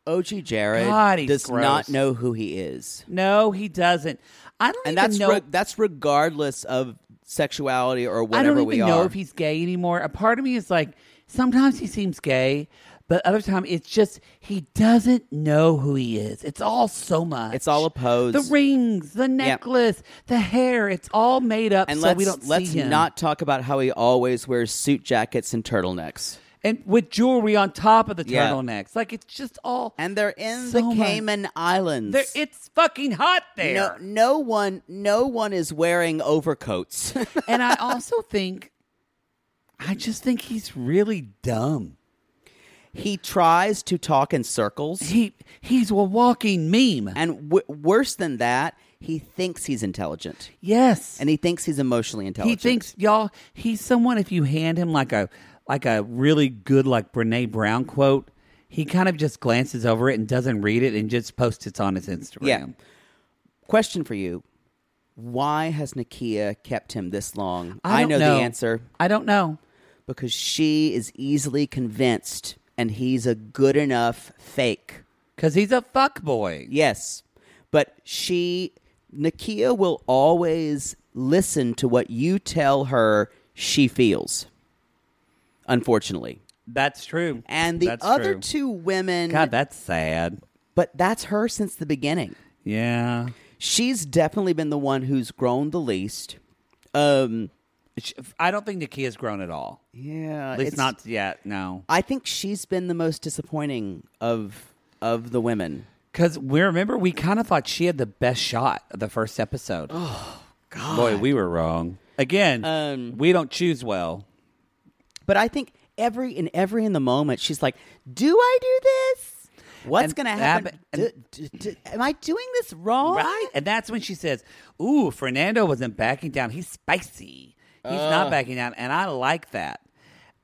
OG Jared Oh. God, he's does gross. not know who he is. No, he doesn't. I don't And even that's, know. re- that's regardless of sexuality or I whatever don't even we know are. if he's gay anymore. A part of me is like, sometimes he seems gay, but other time it's just he doesn't know who he is. It's all so much. It's all a pose. The rings, the necklace, the hair. It's all made up. and so let's, we don't let's see him. not talk about how he always wears suit jackets and turtlenecks. and with jewelry on top of the Yeah. turtlenecks. Like it's just all and they're in so the much- Cayman Islands. There- It's fucking hot there. no, no one, no one is wearing overcoats. and I also think, I just think he's really dumb. he tries to talk in circles, He he's a walking meme. and w- worse than that, he thinks he's intelligent, Yes, and he thinks he's emotionally he intelligent. thinks y'all he's someone. If you hand him like a like a really good like Brene Brown quote, he kind of just glances over it and doesn't read it and just posts it on his Instagram. Yeah. Question for you: Why has Nakia kept him this long? don't know, the answer I don't know. because she is easily convinced, and he's a good enough fake. Cause he's a fuck boy. Yes. But she, Nakia will always listen to what you tell her she feels, unfortunately. That's true. And the That's other true. two women, God, that's sad. but that's her since the beginning. Yeah. She's definitely been the one who's grown the least. Um, It's- I don't think Nikia's grown at all. yeah, At least it's- not yet. No. I think she's been the most disappointing of of the women. Because we remember we kind of thought she had the best shot of the first episode. Oh God, boy, we were wrong again. Um, we don't choose well. But I think every in every in the moment, she's like, "Do I do this? What's And going to that- happen? and- Do- do- do- am I doing this wrong? Right, and that's when she says, "Ooh, Fernando wasn't backing down. He's spicy. He's not backing down, and I like that."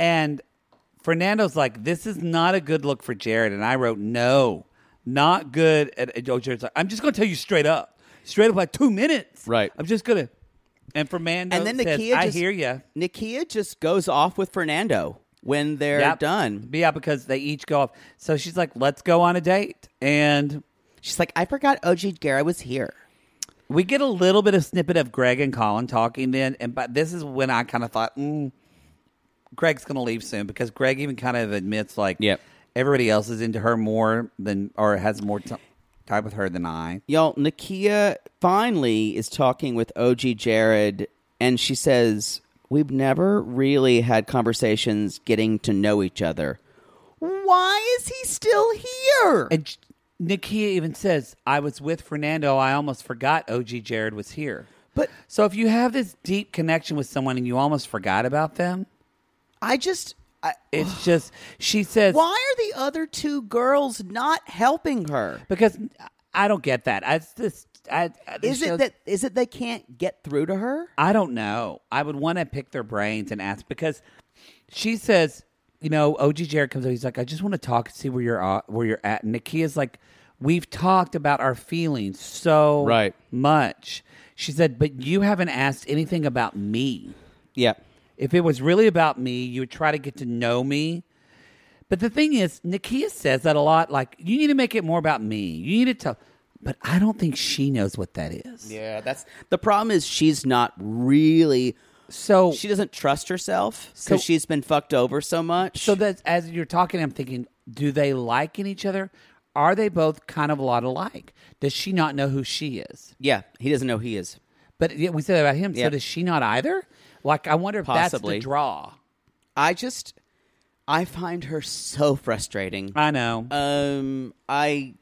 And Fernando's like, "This is not a good look for Jared." And I wrote, "No, not good." And and Jared's like, "I'm just going to tell you straight up, straight up, like two minutes. Right. I'm just gonna." And Fernando And then says, Nakia, "I just, hear you." Nakia just goes off with Fernando when they're Yep. done. Yeah, because they each go off. So she's like, "Let's go on a date," and She's like, "I forgot OG Guerra was here." we get a little bit of snippet of Greg and Colin talking. Then, and but this is when I kind of thought, mm, Greg's going to leave soon because Greg even kind of admits like, Yep. everybody else is into her more than or has more t- time with her than I. Y'all, Nakia finally is talking with OG Jared, and she says, We've never really had conversations getting to know each other. Why is he still here? And J- Nikia even says, "I was with Fernando. I almost forgot OG Jared was here." But- so if you have this deep connection with someone and you almost forgot about them, I just. I, it's just she says, why are the other two girls not helping her? because I don't get that. I it's just I, I- this Is it shows- that is it they can't get through to her? I don't know. I would want to pick their brains and ask because she says, you know, OG Jared comes up. He's like, I just want to talk and see where you're at, where you're at. And Nikia's like, we've talked about our feelings so Right. much. She said, but you haven't asked anything about me. Yeah. If it was really about me, you would try to get to know me. But the thing is, Nikia says that a lot. Like, you need to make it more about me. You need to tell. But I don't think she knows what that is. Yeah, that's the problem is she's not really So she doesn't trust herself cuz So- she's been fucked over so much. So that as you're talking, I'm thinking, do they like in each other? Are they both kind of a lot alike? Does she not know who she is? yeah, he doesn't know he is. But yet we said that about him. So Yep. does she not either? Like, I wonder if Possibly. that's the draw. I just I find her so frustrating. I know. Um I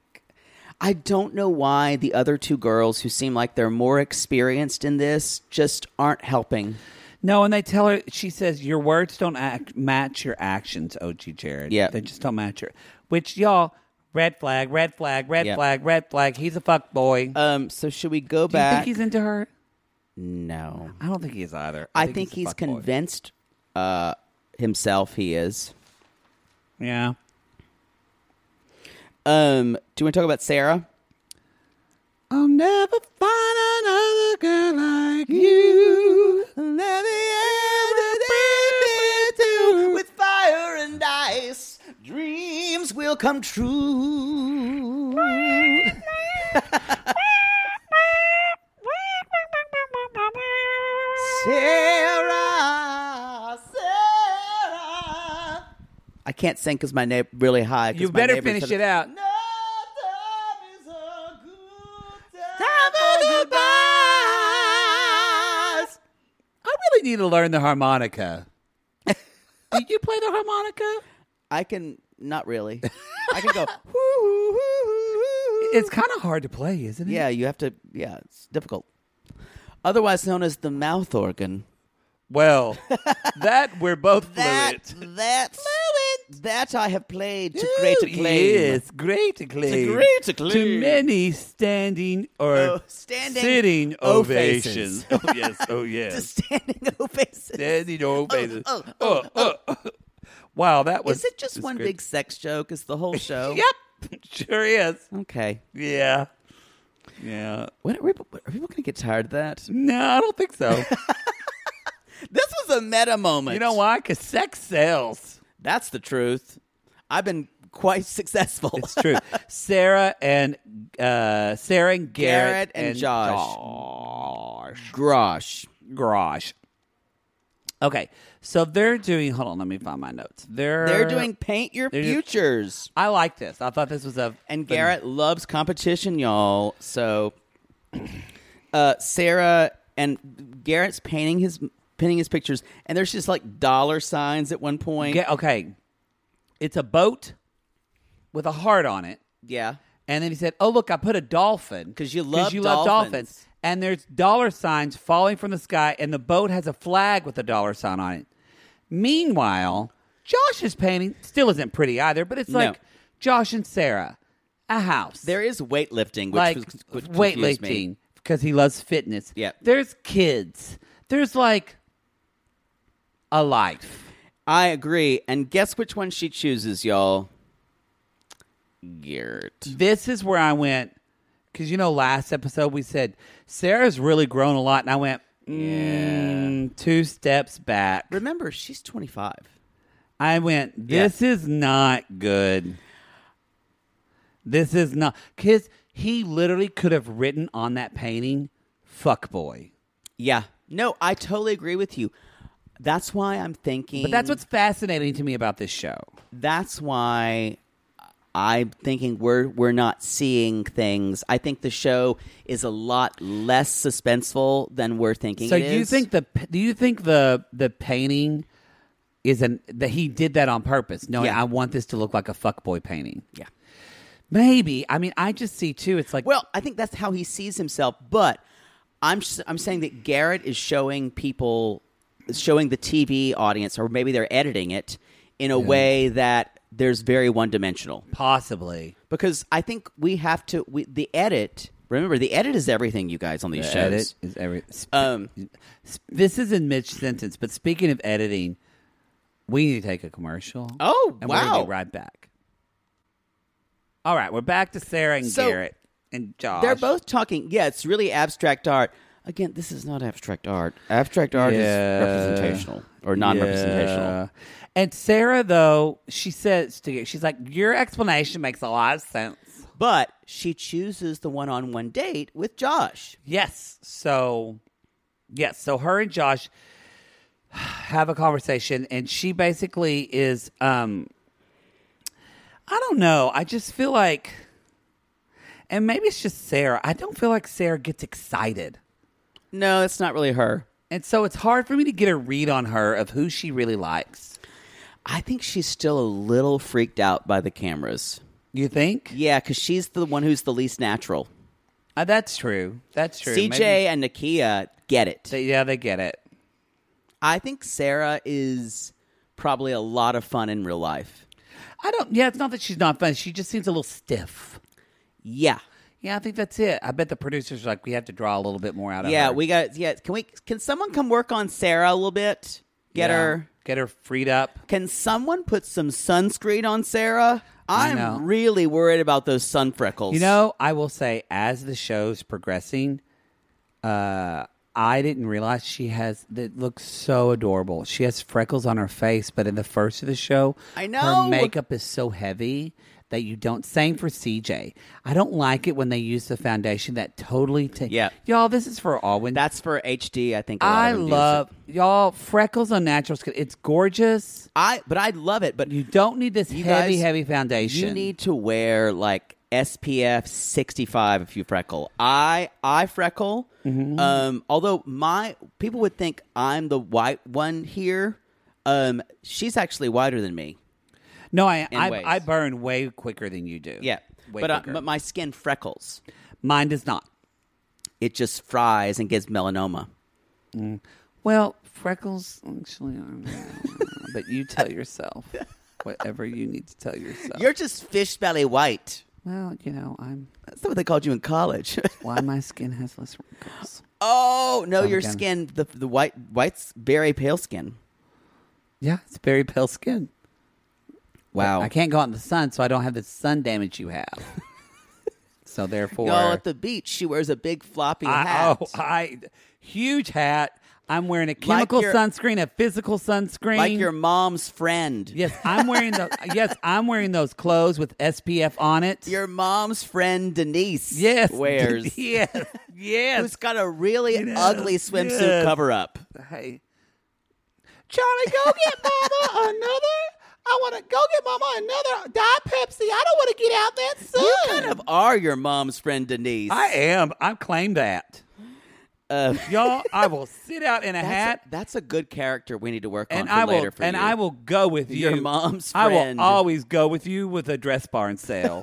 I don't know why the other two girls who seem like they're more experienced in this just aren't helping. no, and they tell her, she says, your words don't act, match your actions, OG Jared. Yeah. They just don't match her. Which, y'all, red flag, red flag, red Yep. flag, red flag. He's a fuck boy. Um so should we go Do you think back? he's into her? no. I don't think he is either. I, think, he's, a fuck boy. convinced uh himself he is. Yeah. Um do we talk about Sarah? I'll never find another girl like you. With fire and ice, dreams will come true. Sarah, Sarah. I can't sing because my name really high. 'cause You my better neighbors finish said- it out. No time is a good time, for for goodbyes. I really need to learn the harmonica. Did you play the harmonica? I can not really. I can go. "Hoo, hoo, hoo, hoo, hoo." It's kind of hard to play, isn't it? yeah, you have to. Yeah, it's difficult. Otherwise known as the mouth organ. Well, that we're both That fluent. that fluent that I have played to great Ooh, acclaim. Yes, great acclaim. great acclaim. To many standing or Oh, standing sitting ovations. ovations. oh yes, oh To yes. standing ovations. standing ovations. oh, Oh, oh. Wow, that was. Is it just that's one great. big sex joke? Is the whole show? Yep, sure is. Okay. Yeah, yeah. When are, we, are people going to get tired of that? No, I don't think so. This was a meta moment. you know why? Because sex sells. That's the truth. I've been quite successful. It's true. Sarah and uh, Sarah and Garrett, Garrett and, Josh. Grosh. Garage. Okay, so they're doing. Hold on, let me find my notes. They're They're doing paint your Er, They're- futures. I like this. I thought this was a And Garrett loves competition, y'all. So uh, Sarah and Garrett's painting his painting his pictures, and there's just like dollar signs at one point. Ga- okay, it's a boat with a heart on it, yeah. and then he said, "Oh look, I put a dolphin 'Cause you love dolphins." dolphins. And there's dollar signs falling from the sky, and the boat has a flag with a dollar sign on it. Meanwhile, Josh's painting still isn't pretty either, but it's No. like Josh and Sarah, a house. There is weightlifting, which like was which confused me. weightlifting because he loves fitness. Yeah. There's kids. There's like a life. I agree. And guess which one she chooses, y'all? Garrett. This is where I went because you know last episode we said Sarah's really grown a lot, and I went mm, two steps back. Remember, she's 25. I went, this is not good. This is not because he literally could have written on that painting, "fuck boy." Yeah. No, I totally agree with you. That's why I'm thinking. But that's what's fascinating to me about this show. That's why I'm thinking we're we're not seeing things. I think the show is a lot less suspenseful than we're thinking. So it you is. think the do you think the the painting is an that he did that on purpose? No, Yeah. I want this to look like a fuckboy painting. Yeah. Maybe. I mean, I just see too. It's like Well, I think that's how he sees himself. But I'm s- I'm saying that Garrett is showing people, showing the TV audience, or maybe they're editing it in a way that there's very one dimensional. possibly Because I think we have to we, the edit. Remember, the edit is everything, you guys, on these shows. Um, edit is every. sp- sp- this is in mid sentence, but speaking of editing, we need to take a commercial. Oh, and we're gonna wow. be right back. All right, we're back to Sarah and So- Garrett and Josh. They're both talking. Yeah, it's really abstract art. Again, this is not abstract art. Abstract art Yeah. is representational or non-representational. Yeah. And Sarah, though, she says to you, she's like, "Your explanation makes a lot of sense." But she chooses the one-on-one date with Josh. Yes. So, yes. So her and Josh have a conversation, and she basically is, um, I don't know. I just feel like, and maybe it's just Sarah. I don't feel like Sarah gets excited. No, it's not really her. And so it's hard for me to get a read on her of who she really likes. I think she's still a little freaked out by the cameras. You think? Yeah, because she's the one who's the least natural. Uh, that's true. That's true. CJ Maybe- and Nakia get it. They- yeah, they get it. I think Sarah is probably a lot of fun in real life. I don't. Yeah, it's not that she's not fun. She just seems a little stiff. Yeah. Yeah, I think that's it. I bet the producers are like we have to draw a little bit more out of Yeah, her. we got yeah, can we can someone come work on Sarah a little bit? Get Yeah. her get her freed up. Can someone put some sunscreen on Sarah? I I'm know. really worried about those sun freckles. You know, I will say as the show's progressing, uh, I didn't realize she has that looks so adorable. She has freckles on her face, but in the first of the show, I know. her makeup is so heavy that you don't. Same for CJ. I don't like it when they use the foundation that totally takes. Yeah. y'all, this is for all. When that's for HD. I think. a lot I of them use love it. y'all freckles on natural skin. It's gorgeous. I, but I love it. But You don't need this You heavy, guys- heavy foundation. you need to wear like SPF 65 if you freckle. I I freckle. Mm-hmm. Um, although my people would think I'm the white one here. Um, she's actually wider than me. No, I In I, ways. I burn way quicker than you do. Yeah, way but, uh, quicker. but my skin freckles. mine does not. It just fries and gets melanoma. Well, freckles actually aren't. but you tell yourself whatever you need to tell yourself. You're just fish belly white. well, you know, I'm That's not what they called you in college. why my skin has less wrinkles. oh no, your again. skin the the white white's very pale skin. Yeah, it's very pale skin. Wow, I can't go out in the sun, so I don't have the sun damage you have. so therefore, Y'all at the beach, she wears a big floppy I, hat. oh, I huge hat. I'm wearing a chemical your- sunscreen, a physical sunscreen. like your mom's friend. yes, I'm wearing the yes, I'm wearing those clothes with SPF on it. Your mom's friend Denise yes, wears yes, yes. who's got a really Yes, ugly swimsuit yes. cover up. hey, Charlie, go get mama another. I want to go get mama another Diet Pepsi. I don't want to get out that sun. You kind of are your mom's friend Denise. I am. I claim that. Y'all, I will sit out in Uh, a that's, hat. A, that's a good character we need to work on and for I will, later for and you. I will go with you. Your mom's I friend. will always go with you with a dress barn sale.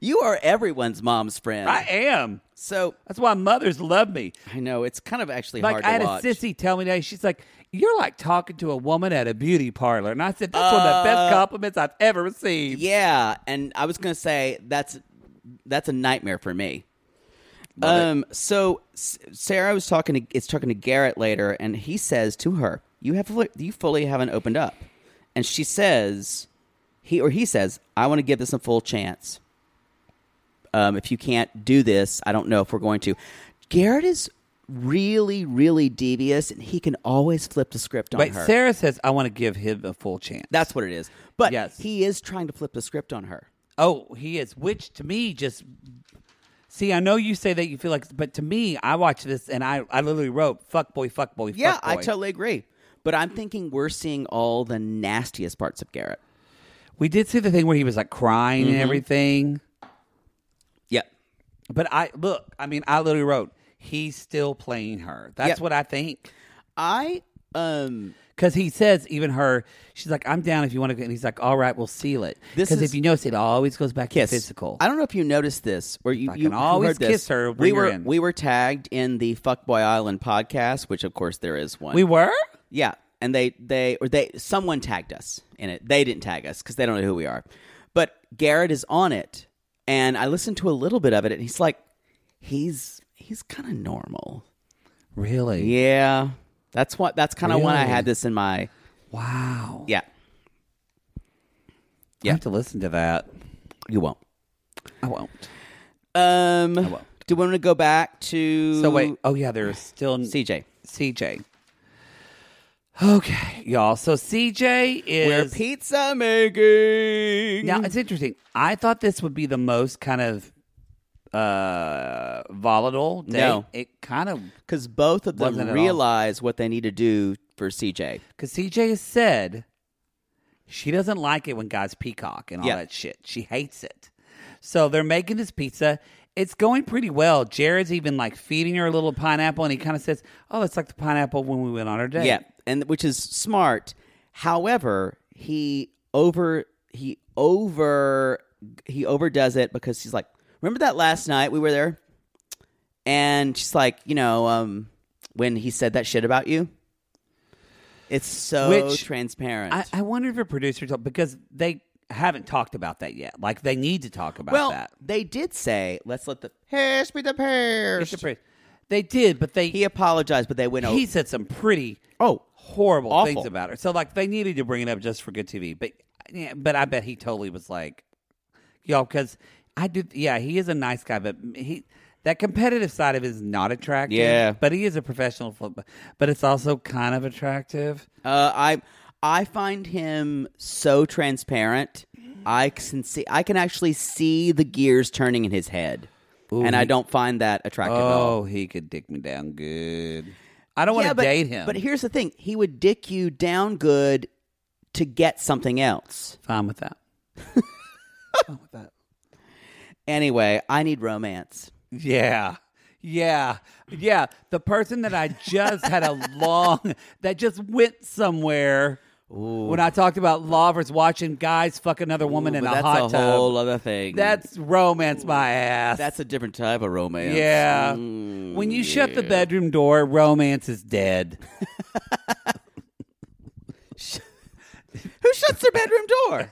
you are everyone's mom's friend. I am. So That's why mothers love me. I know it's kind of actually Like hard I to had watch. a sissy tell me today, she's like, "You're like talking to a woman at a beauty parlor," and I said, "That's one of the best compliments I've ever received." Uh, Yeah, and I was gonna say that's that's a nightmare for me. Um. So S- Sarah was talking to is talking to Garrett later, and he says to her, "You have fully- you fully haven't opened up," and she says, "He or he says, I want to give this a full chance. Um, if you can't do this, I don't know if we're going to." Garrett is really, really devious, and he can always flip the script on Wait, her. Sarah says, "I want to give him a full chance." that's what it is. But Yes. he is trying to flip the script on her. Oh, he is, which to me just see. I know you say that you feel like, but to me, I watch this and I, I literally wrote "fuck boy, fuck boy, Yeah, fuck I boy." totally agree. But I'm thinking we're seeing all the nastiest parts of Garrett. we did see the thing where he was like crying Mm-hmm. and everything, Yep. but I look. I mean, I literally wrote he's still playing her. That's Yeah. what I think I um because he says even her. She's like, "I'm down if you want to," go," and he's like, "All right, we'll seal it." This Because is- if you notice, it always goes back kiss to physical. I don't know if you noticed this or you, I you can always heard this. kiss her, We bring her were in. we were tagged in the Fuckboy Island podcast, which of course there is one. we were. Yeah, and they they or they someone tagged us in it. They didn't tag us because they don't know who we are. But Garrett is on it, and I listened to a little bit of it, and he's like, he's he's kind of normal. Really? Yeah, that's what that's kind of when I Really? had this in my Wow. yeah. You have to listen to that. You won't. I won't. Um, won't. do we want to go back to So wait. Oh yeah, there's still CJ? CJ. Okay, y'all. So CJ We're is pizza making. now. It's interesting. I thought this would be the most kind of uh, volatile day, No. it kind of because both of them Wasn't at all. realize what they need to do for CJ. because CJ has said she doesn't like it when guys peacock and all Yeah. that shit. She hates it. So they're making this pizza. It's going pretty well. Jared's even like feeding her a little pineapple, and he kind of says, "Oh, it's like the pineapple when we went on our date." Yeah, and which is smart. However, he over he over he overdoes it because he's like, remember that last night we were there, and she's like, you know, um, when he said that shit about you. It's so Which- transparent. I, I wonder if a producer told because they haven't talked about that yet. Like they need to talk about well, that. they did say, let's let the pairs be the pairs. Mr. Prince. They did, but they He apologized, but they went over. he said some pretty Oh, horrible awful. things about her. So like they needed to bring it up just for good TV, but yeah, but I bet he totally was like, y'all, because I do. Yeah, he is a nice guy, but he that competitive side of it is not attractive. Yeah. but he is a professional football, but it's also kind of attractive. Uh, I I find him so transparent. I can see I can actually see the gears turning in his head, and I don't find that attractive at all. Oh, he could dick me down good. I don't want Yeah, to but- date him. But here's the thing: he would dick you down good to get something else. fine with that. Anyway, I need romance. Yeah. Yeah. Yeah. The person that I just had a long that just went somewhere when I talked about law versus watching guys fuck another woman in But a that's hot a tub. whole other thing. that's romance my ass. that's a different type of romance. yeah. when you shut the bedroom door, romance is dead. Who shuts their bedroom door?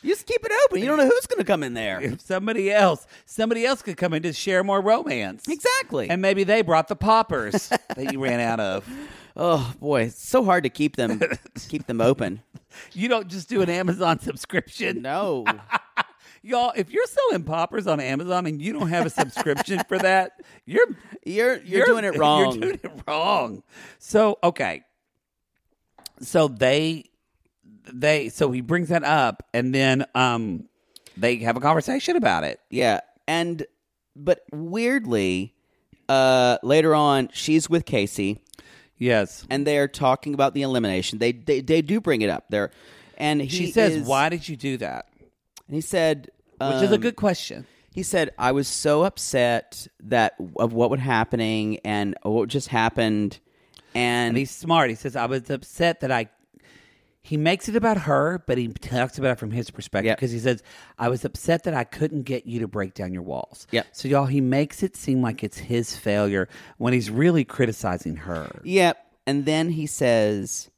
you just keep it open. You don't know who's going to come in there. If somebody else, somebody else could come in to share more romance. Exactly. And maybe they brought the poppers that you ran out of. Oh boy, it's so hard to keep them keep them open. You don't just do an Amazon subscription. No. Y'all, if you're selling poppers on Amazon and you don't have a subscription for that, you're You're- you're doing it wrong. You're doing it wrong. So okay, so they they so he brings that up, and then um they have a conversation about it. Yeah. And but weirdly, uh later on she's with Casey Yes, and they're talking about the elimination. They they, they do bring it up. They're and he she says, is- "Why did you do that?" and he said Which is a um, good question. He said, "I was so upset that of what was happening and what just happened, and, And he's smart. He says, "I was upset that I." He makes it about her, but he talks about it from his perspective Yep. because he says, "I was upset that I couldn't get you to break down your walls." Yep. So y'all, he makes it seem like it's his failure when he's really criticizing her. Yep. And then he says,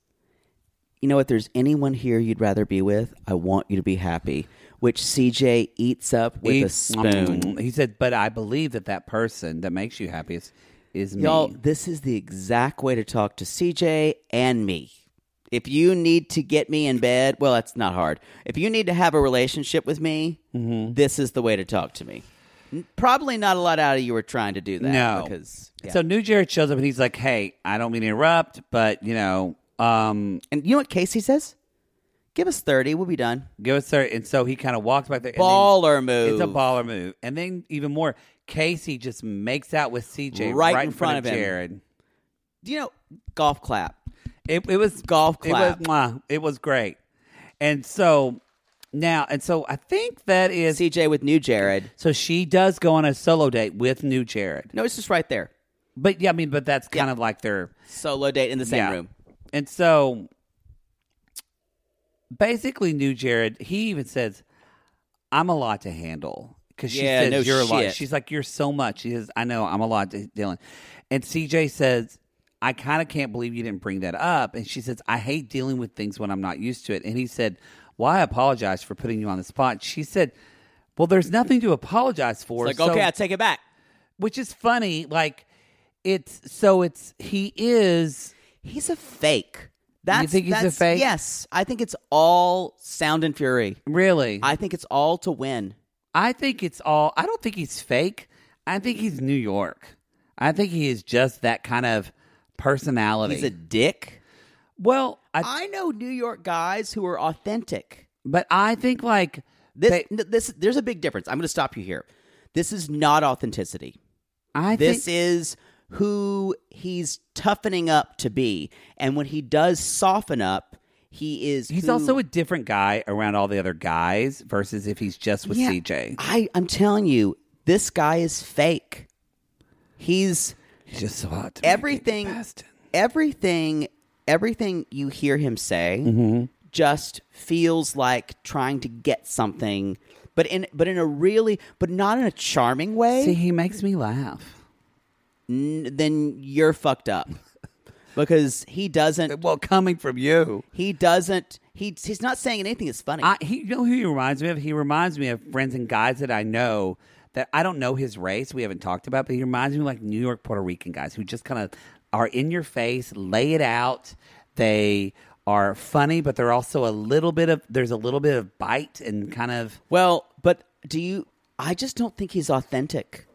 You know, if there's anyone here you'd rather be with, I want you to be happy, which CJ eats up with a Eats- spoon. Mm-hmm. He said, "But I believe that that person that makes you happiest is me." Y'all, this is the exact way to talk to CJ and me. If you need to get me in bed, well, that's not hard. If you need to have a relationship with me, Mm-hmm. this is the way to talk to me. N- Probably not a lot out of you were trying to do that. no, Because, yeah. so New Jared shows up and he's like, "Hey, I don't mean to interrupt, but you know, um, and you know what Casey says? Give us 30, we'll be done. give us their." And so he kind of walks back there. and then- Baller move. It's a baller move. And then even more, Casey just makes out with CJ Right right, in front of him. Jared. Do you know golf clap? It, it was Golf clap. It was, mwah. it was great. And so now, and so I think that is. CJ with new Jared. So she does go on a solo date with new Jared. No, it's just right there. But yeah, I mean, but that's kind of like their Solo date in the same yeah. room. And so basically, new Jared, he even says, I'm a lot to handle. Because she Yeah, says, no You're a lot. shit. She's like, You're so much. She says, I know, I'm a lot to dealing. And CJ says, I kind of can't believe you didn't bring that up. And she says, I hate dealing with things when I'm not used to it. And he said, Well, I apologize for putting you on the spot. She said, Well, there's nothing to apologize for. It's like, So- okay, I'll take it back. which is funny. Like, it's so it's he is He's a fake. That's, think he's a that's- fake? Yes. I think it's all sound and fury. really. I think it's all to win. I think it's all. I don't think he's fake. I think he's New York. I think he is just that kind of personality. He's a dick. well, I, I know New York guys who are authentic. but I think like This, they- n- this, there's a big difference. I'm going to stop you here. This is not authenticity. I this think, is who he's toughening up to be. And when he does soften up, he is. he's who- also a different guy around all the other guys versus if he's just with Yeah, CJ. I, I'm telling you, this guy is fake. He's He's just so hot. To me. I can't get everything, past him. everything, everything you hear him say just feels like trying to get something, but in but in a really, but not in a charming way. See, he makes me laugh. n- then you're fucked up because he doesn't. Well, coming from you. He doesn't. He he's not saying anything that's funny. I, he, you know who he reminds me of? He reminds me of friends and guys that I know that I don't know his race. We haven't talked about, but he reminds me of like New York Puerto Rican guys who just kind of are in your face, lay it out. They are funny, but they're also a little bit of there's a little bit of bite and kind of well, but do you? I just don't think he's authentic.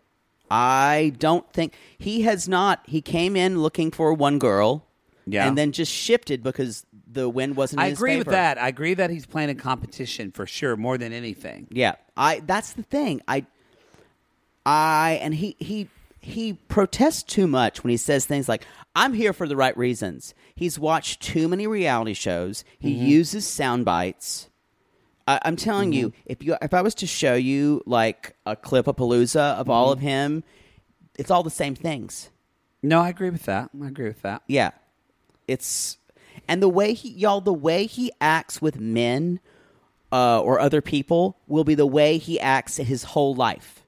I don't think he has not. He came in looking for one girl, Yeah. and then just shifted because the wind wasn't. I in his agree with favor. that. I agree that he's playing a competition for sure, more than anything. Yeah, I. That's the thing. I. I and he he he protests too much when he says things like "I'm here for the right reasons." He's watched too many reality shows. He uses sound bites. I, I'm telling you, if you if I was to show you like a clip of Palooza of all of him, it's all the same things. No, I agree with that. I agree with that. Yeah. It's and the way he y'all the way he acts with men uh, or other people will be the way he acts his whole life.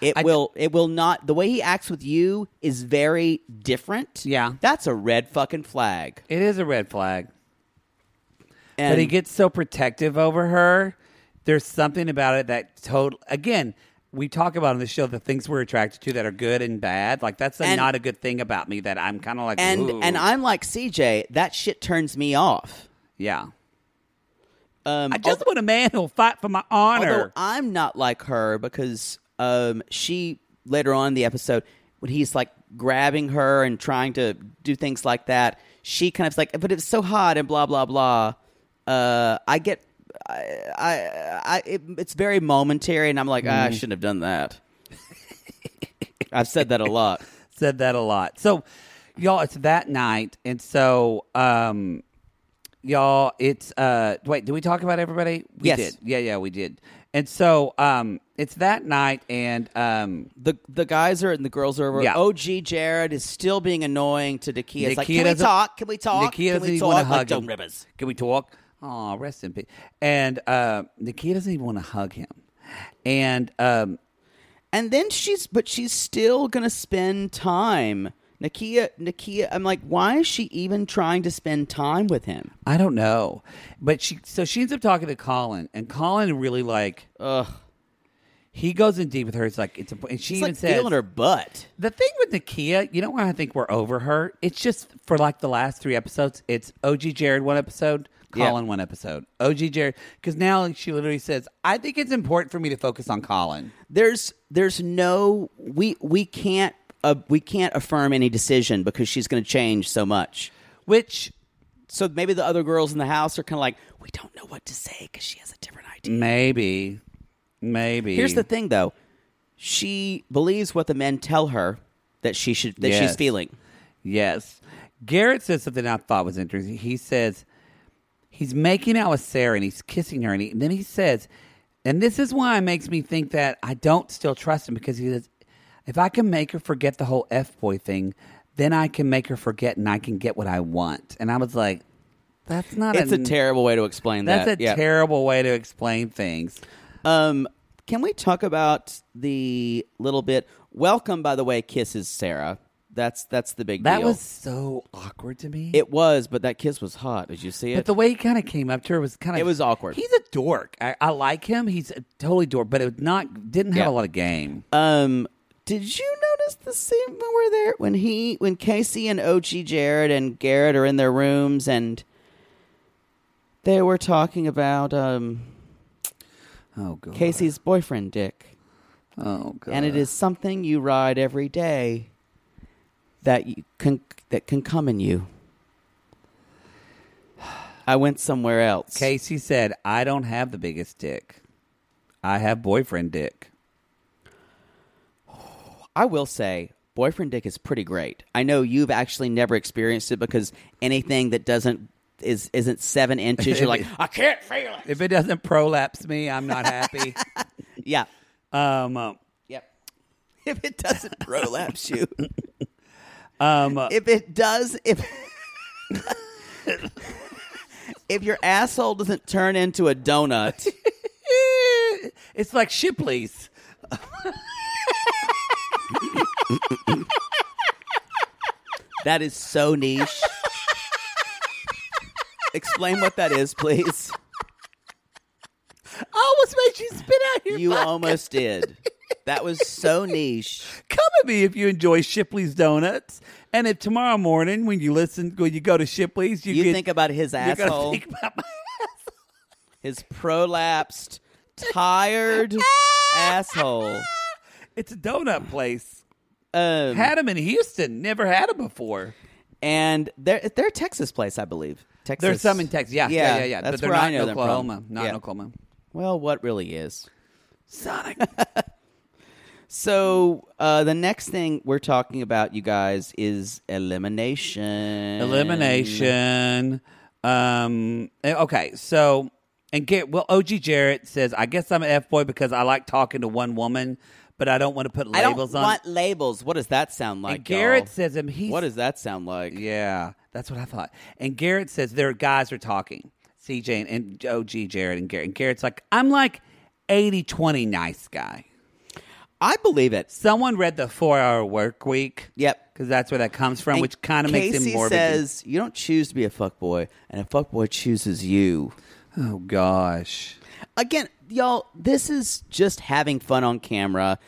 It I- will it will not the way he acts with you is very different. Yeah. That's a red fucking flag. It is a red flag. And but he gets so protective over her. There's something about it that total. Again, we talk about on the show the things we're attracted to that are good and bad. Like that's a, And- not a good thing about me. That I'm kind of like and "Ooh." and I'm like CJ, that shit turns me off. yeah. Um I just want a man who'll fight for my honor. Although I'm not like her because um, she later on in the episode when he's like grabbing her and trying to do things like that, she kind of is like, "But it's so hot and blah blah blah." Uh, I get, I, I, I it, it's very momentary, and I'm like, "Ah, I Mm. shouldn't have done that. I've said that a lot. Said that a lot. So, y'all, it's that night, and so um, y'all, it's uh. Wait, did we talk about everybody? We Yes. did. Yeah, yeah, we did. And so um, it's that night, and um, The the guys are and the girls are over. Yeah. OG Jared is still being annoying to Nakia. It's like, Nakia can we doesn't- talk? Can we talk? Nakia Can doesn't we even want to talk? hug Like, him. don't rip us. Can we talk? Oh, rest in peace. And uh, Nakia doesn't even want to hug him. And um, And then she's, but she's still gonna spend time. Nakia, Nakia, I'm like, why is she even trying to spend time with him? I don't know, but she so she ends up talking to Colin, and Colin really like Ugh, he goes in deep with her. It's like it's a, and she she's even like says feeling her butt. the thing with Nakia. You know why I think we're over her? It's just for like the last three episodes. It's OG Jared one episode. Yeah. Colin one episode. OG Jared because now she literally says, "I think it's important for me to focus on Colin." There's, there's no, we, we can't, uh, we can't affirm any decision because she's gonna change so much. Which So maybe the other girls in the house are kind of like, we don't know what to say because she has a different idea. Maybe. Maybe. Here's the thing, though, she believes what the men tell her that she should, that she's Yes. feeling. Yes. Garrett says something I thought was interesting. He says he's making out with Sarah and he's kissing her. And, he, and then he says, and this is why it makes me think that I don't still trust him because he says, if I can make her forget the whole F boy thing, then I can make her forget and I can get what I want. And I was like, that's not It's a terrible way to explain That's that. a Yeah. terrible way to explain things. Um, can we talk about the little bit? Welcome, by the way, kisses Sarah. That's that's the big That deal. was so awkward to me. it was, but that kiss was hot. Did you see But it? the way he kind of came up to her was kind of It was awkward. He's a dork. I, I like him. He's a totally dork, but it was not didn't have Yeah. a lot of game. um, did you notice the scene when we're there when he when Casey and Ochi, Jared and Garrett are in their rooms and they were talking about um Oh god. Casey's boyfriend Dick, Oh god. and it is something you ride every day that you can that can come in you. I went somewhere else. Casey said, "I don't have the biggest dick. I have boyfriend dick." I will say, boyfriend dick is pretty great. I know you've actually never experienced it because anything that doesn't is isn't seven inches, you're like, I can't feel it. If it doesn't prolapse me, I'm not happy. Yeah. um, uh, Yep. If it doesn't prolapse you, um, uh, if it does, if if your asshole doesn't turn into a donut, it's like Shipley's. that is so niche. Explain what that is, please. Almost made Oh, you spit out your. You mouth. almost did. That was so niche. Come at me if you enjoy Shipley's donuts, and if tomorrow morning when you listen, when you go to Shipley's, you, You, get- think about his you're gonna asshole, think about my asshole. his prolapsed, tired asshole. It's a donut place. Um, Had them in Houston. Never had them before. and they're they're a Texas place, I believe. Texas. There's some in Texas. Yeah, yeah, yeah, yeah. That's but they're where not I know in them Oklahoma. From. Not Yeah. in Oklahoma. Well, what really is? Sonic. So uh, the next thing we're talking about, you guys, is elimination. Elimination. Um. eh, Okay. So, and get well. Og Jarrett says, "I guess I'm an f boy because I like talking to one woman, but I don't want to put I don't labels on." want labels. What does that sound like? and Garrett y'all? says him. He's "What does that sound like?" Yeah, that's what I thought. And Garrett says their guys are talking. CJ and, and OG Jared and Garrett. And Garrett's like, I'm like 80 20 nice guy. I believe it. Someone read the four hour work week. Yep. Because that's where that comes from, And which kind of makes him Casey more says you don't choose to be a fuckboy, and a fuckboy chooses you. Oh, gosh. Again, y'all, this is just having fun on camera.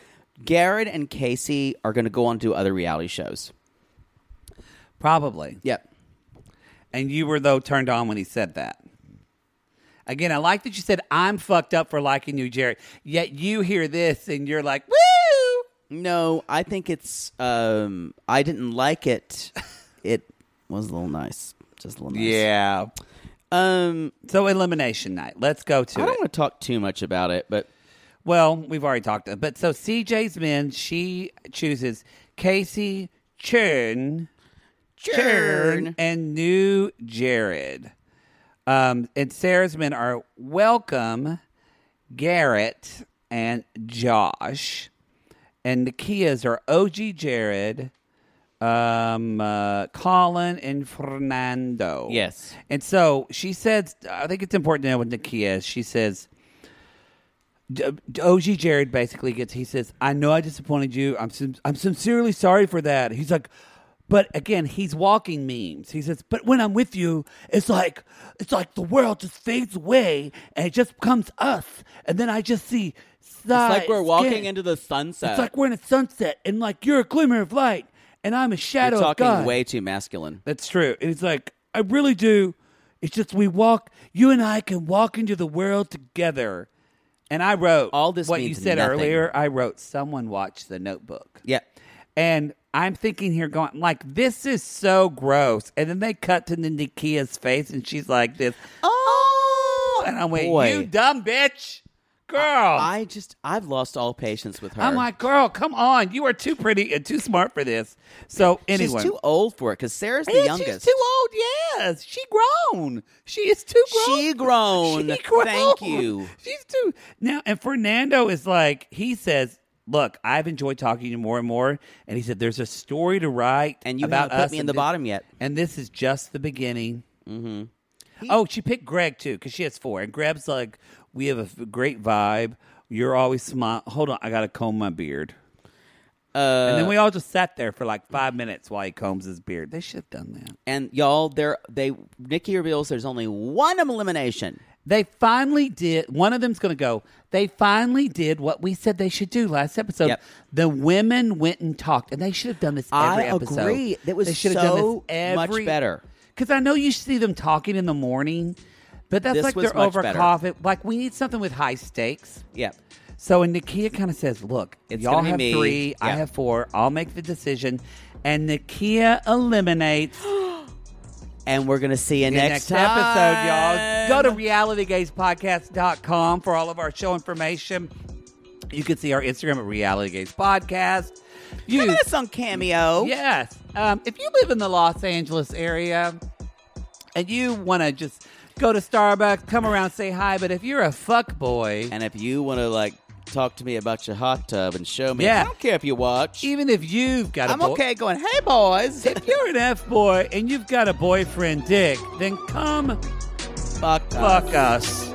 Garrett and Casey are going to go on to other reality shows. Probably. Yep. And you were, though, turned on when he said that. Again, I like that you said, I'm fucked up for liking you, Jared. Yet you hear this and you're like, woo! No, I think it's. Um, I didn't like it. It was a little nice, just a little nice. Yeah. Um, So, elimination night. Let's go to I it. don't want to talk too much about it, but Well, we've already talked. About, but so CJ's men, she chooses Casey Chern, Chern. and New Jared. Um, and Sarah's men are Welcome, Garrett, and Josh. And Nikia's are OG Jared, um, uh, Colin, and Fernando. Yes. And so she says, I think it's important to know what Nikia is. She says, D- OG Jared basically gets. He says, "I know I disappointed you. I'm sin- I'm sincerely sorry for that." He's like, but again, he's walking memes. He says, "But when I'm with you, it's like it's like the world just fades away and it just becomes us, and then I just see." it's like we're walking skin. into the sunset. It's like we're in a sunset, and like you're a glimmer of light, and I'm a shadow You're talking of God. way too masculine. That's true. And it's like, I really do. It's just we walk, you and I can walk into the world together. And I wrote All this what means you said nothing. earlier. I wrote, someone watched the notebook. Yeah. And I'm thinking here, going, like, this is so gross. And then they cut to Nikia's face and she's like, this. Oh! And I'm like, boy. you dumb bitch. Girl. I just I've lost all patience with her. I'm like, girl, come on. You are too pretty and too smart for this. So, anyway. she's too old for it because Sarah's the Yeah, youngest. She's too old. Yes, she grown. She is too grown. She grown. She grown. Thank you. She's too now. And Fernando is like he says. Look, I've enjoyed talking to you more and more. And he said, "There's a story to write, And you about haven't put us me in and the thi- bottom yet." And this is just the beginning. Mm-hmm. oh, she picked Greg too because she has four. And Greg's like, "We have a f- great vibe. You're always smile. Hold on, I gotta comb my beard." Uh, and then we all just sat there for like five minutes while he combs his beard. They should have done that. and y'all, there they Nikki reveals there's only one elimination. They finally did. One of them's going to go. They finally did what we said they should do last episode. Yep. The women went and talked, and they should have done this I every episode. agree. That was they should so much better. Because I know you see them talking in the morning, but that's This like was they're much over better. coffee. Like we need something with high stakes. Yeah. So and Nikia kind of says, "Look, It's y'all gonna be me. have three. I Yeah. have four. I'll make the decision." And Nikia eliminates And we're gonna see you the next, episode, y'all. time. Go to realitygazepodcast.com for all of our show information. You can see our Instagram at Reality Gaze Podcast. You, Look at us on Cameo. Yes. Um, if you live in the Los Angeles area and you want to just go to Starbucks, come around, say hi, but if you're a fuck boy, And if you want to like talk to me about your hot tub and show me, Yeah. I don't care if you watch. even if you've got a I'm boy- okay going. Hey boys, If you're an F boy and you've got a boyfriend dick, then come fuck, fuck us.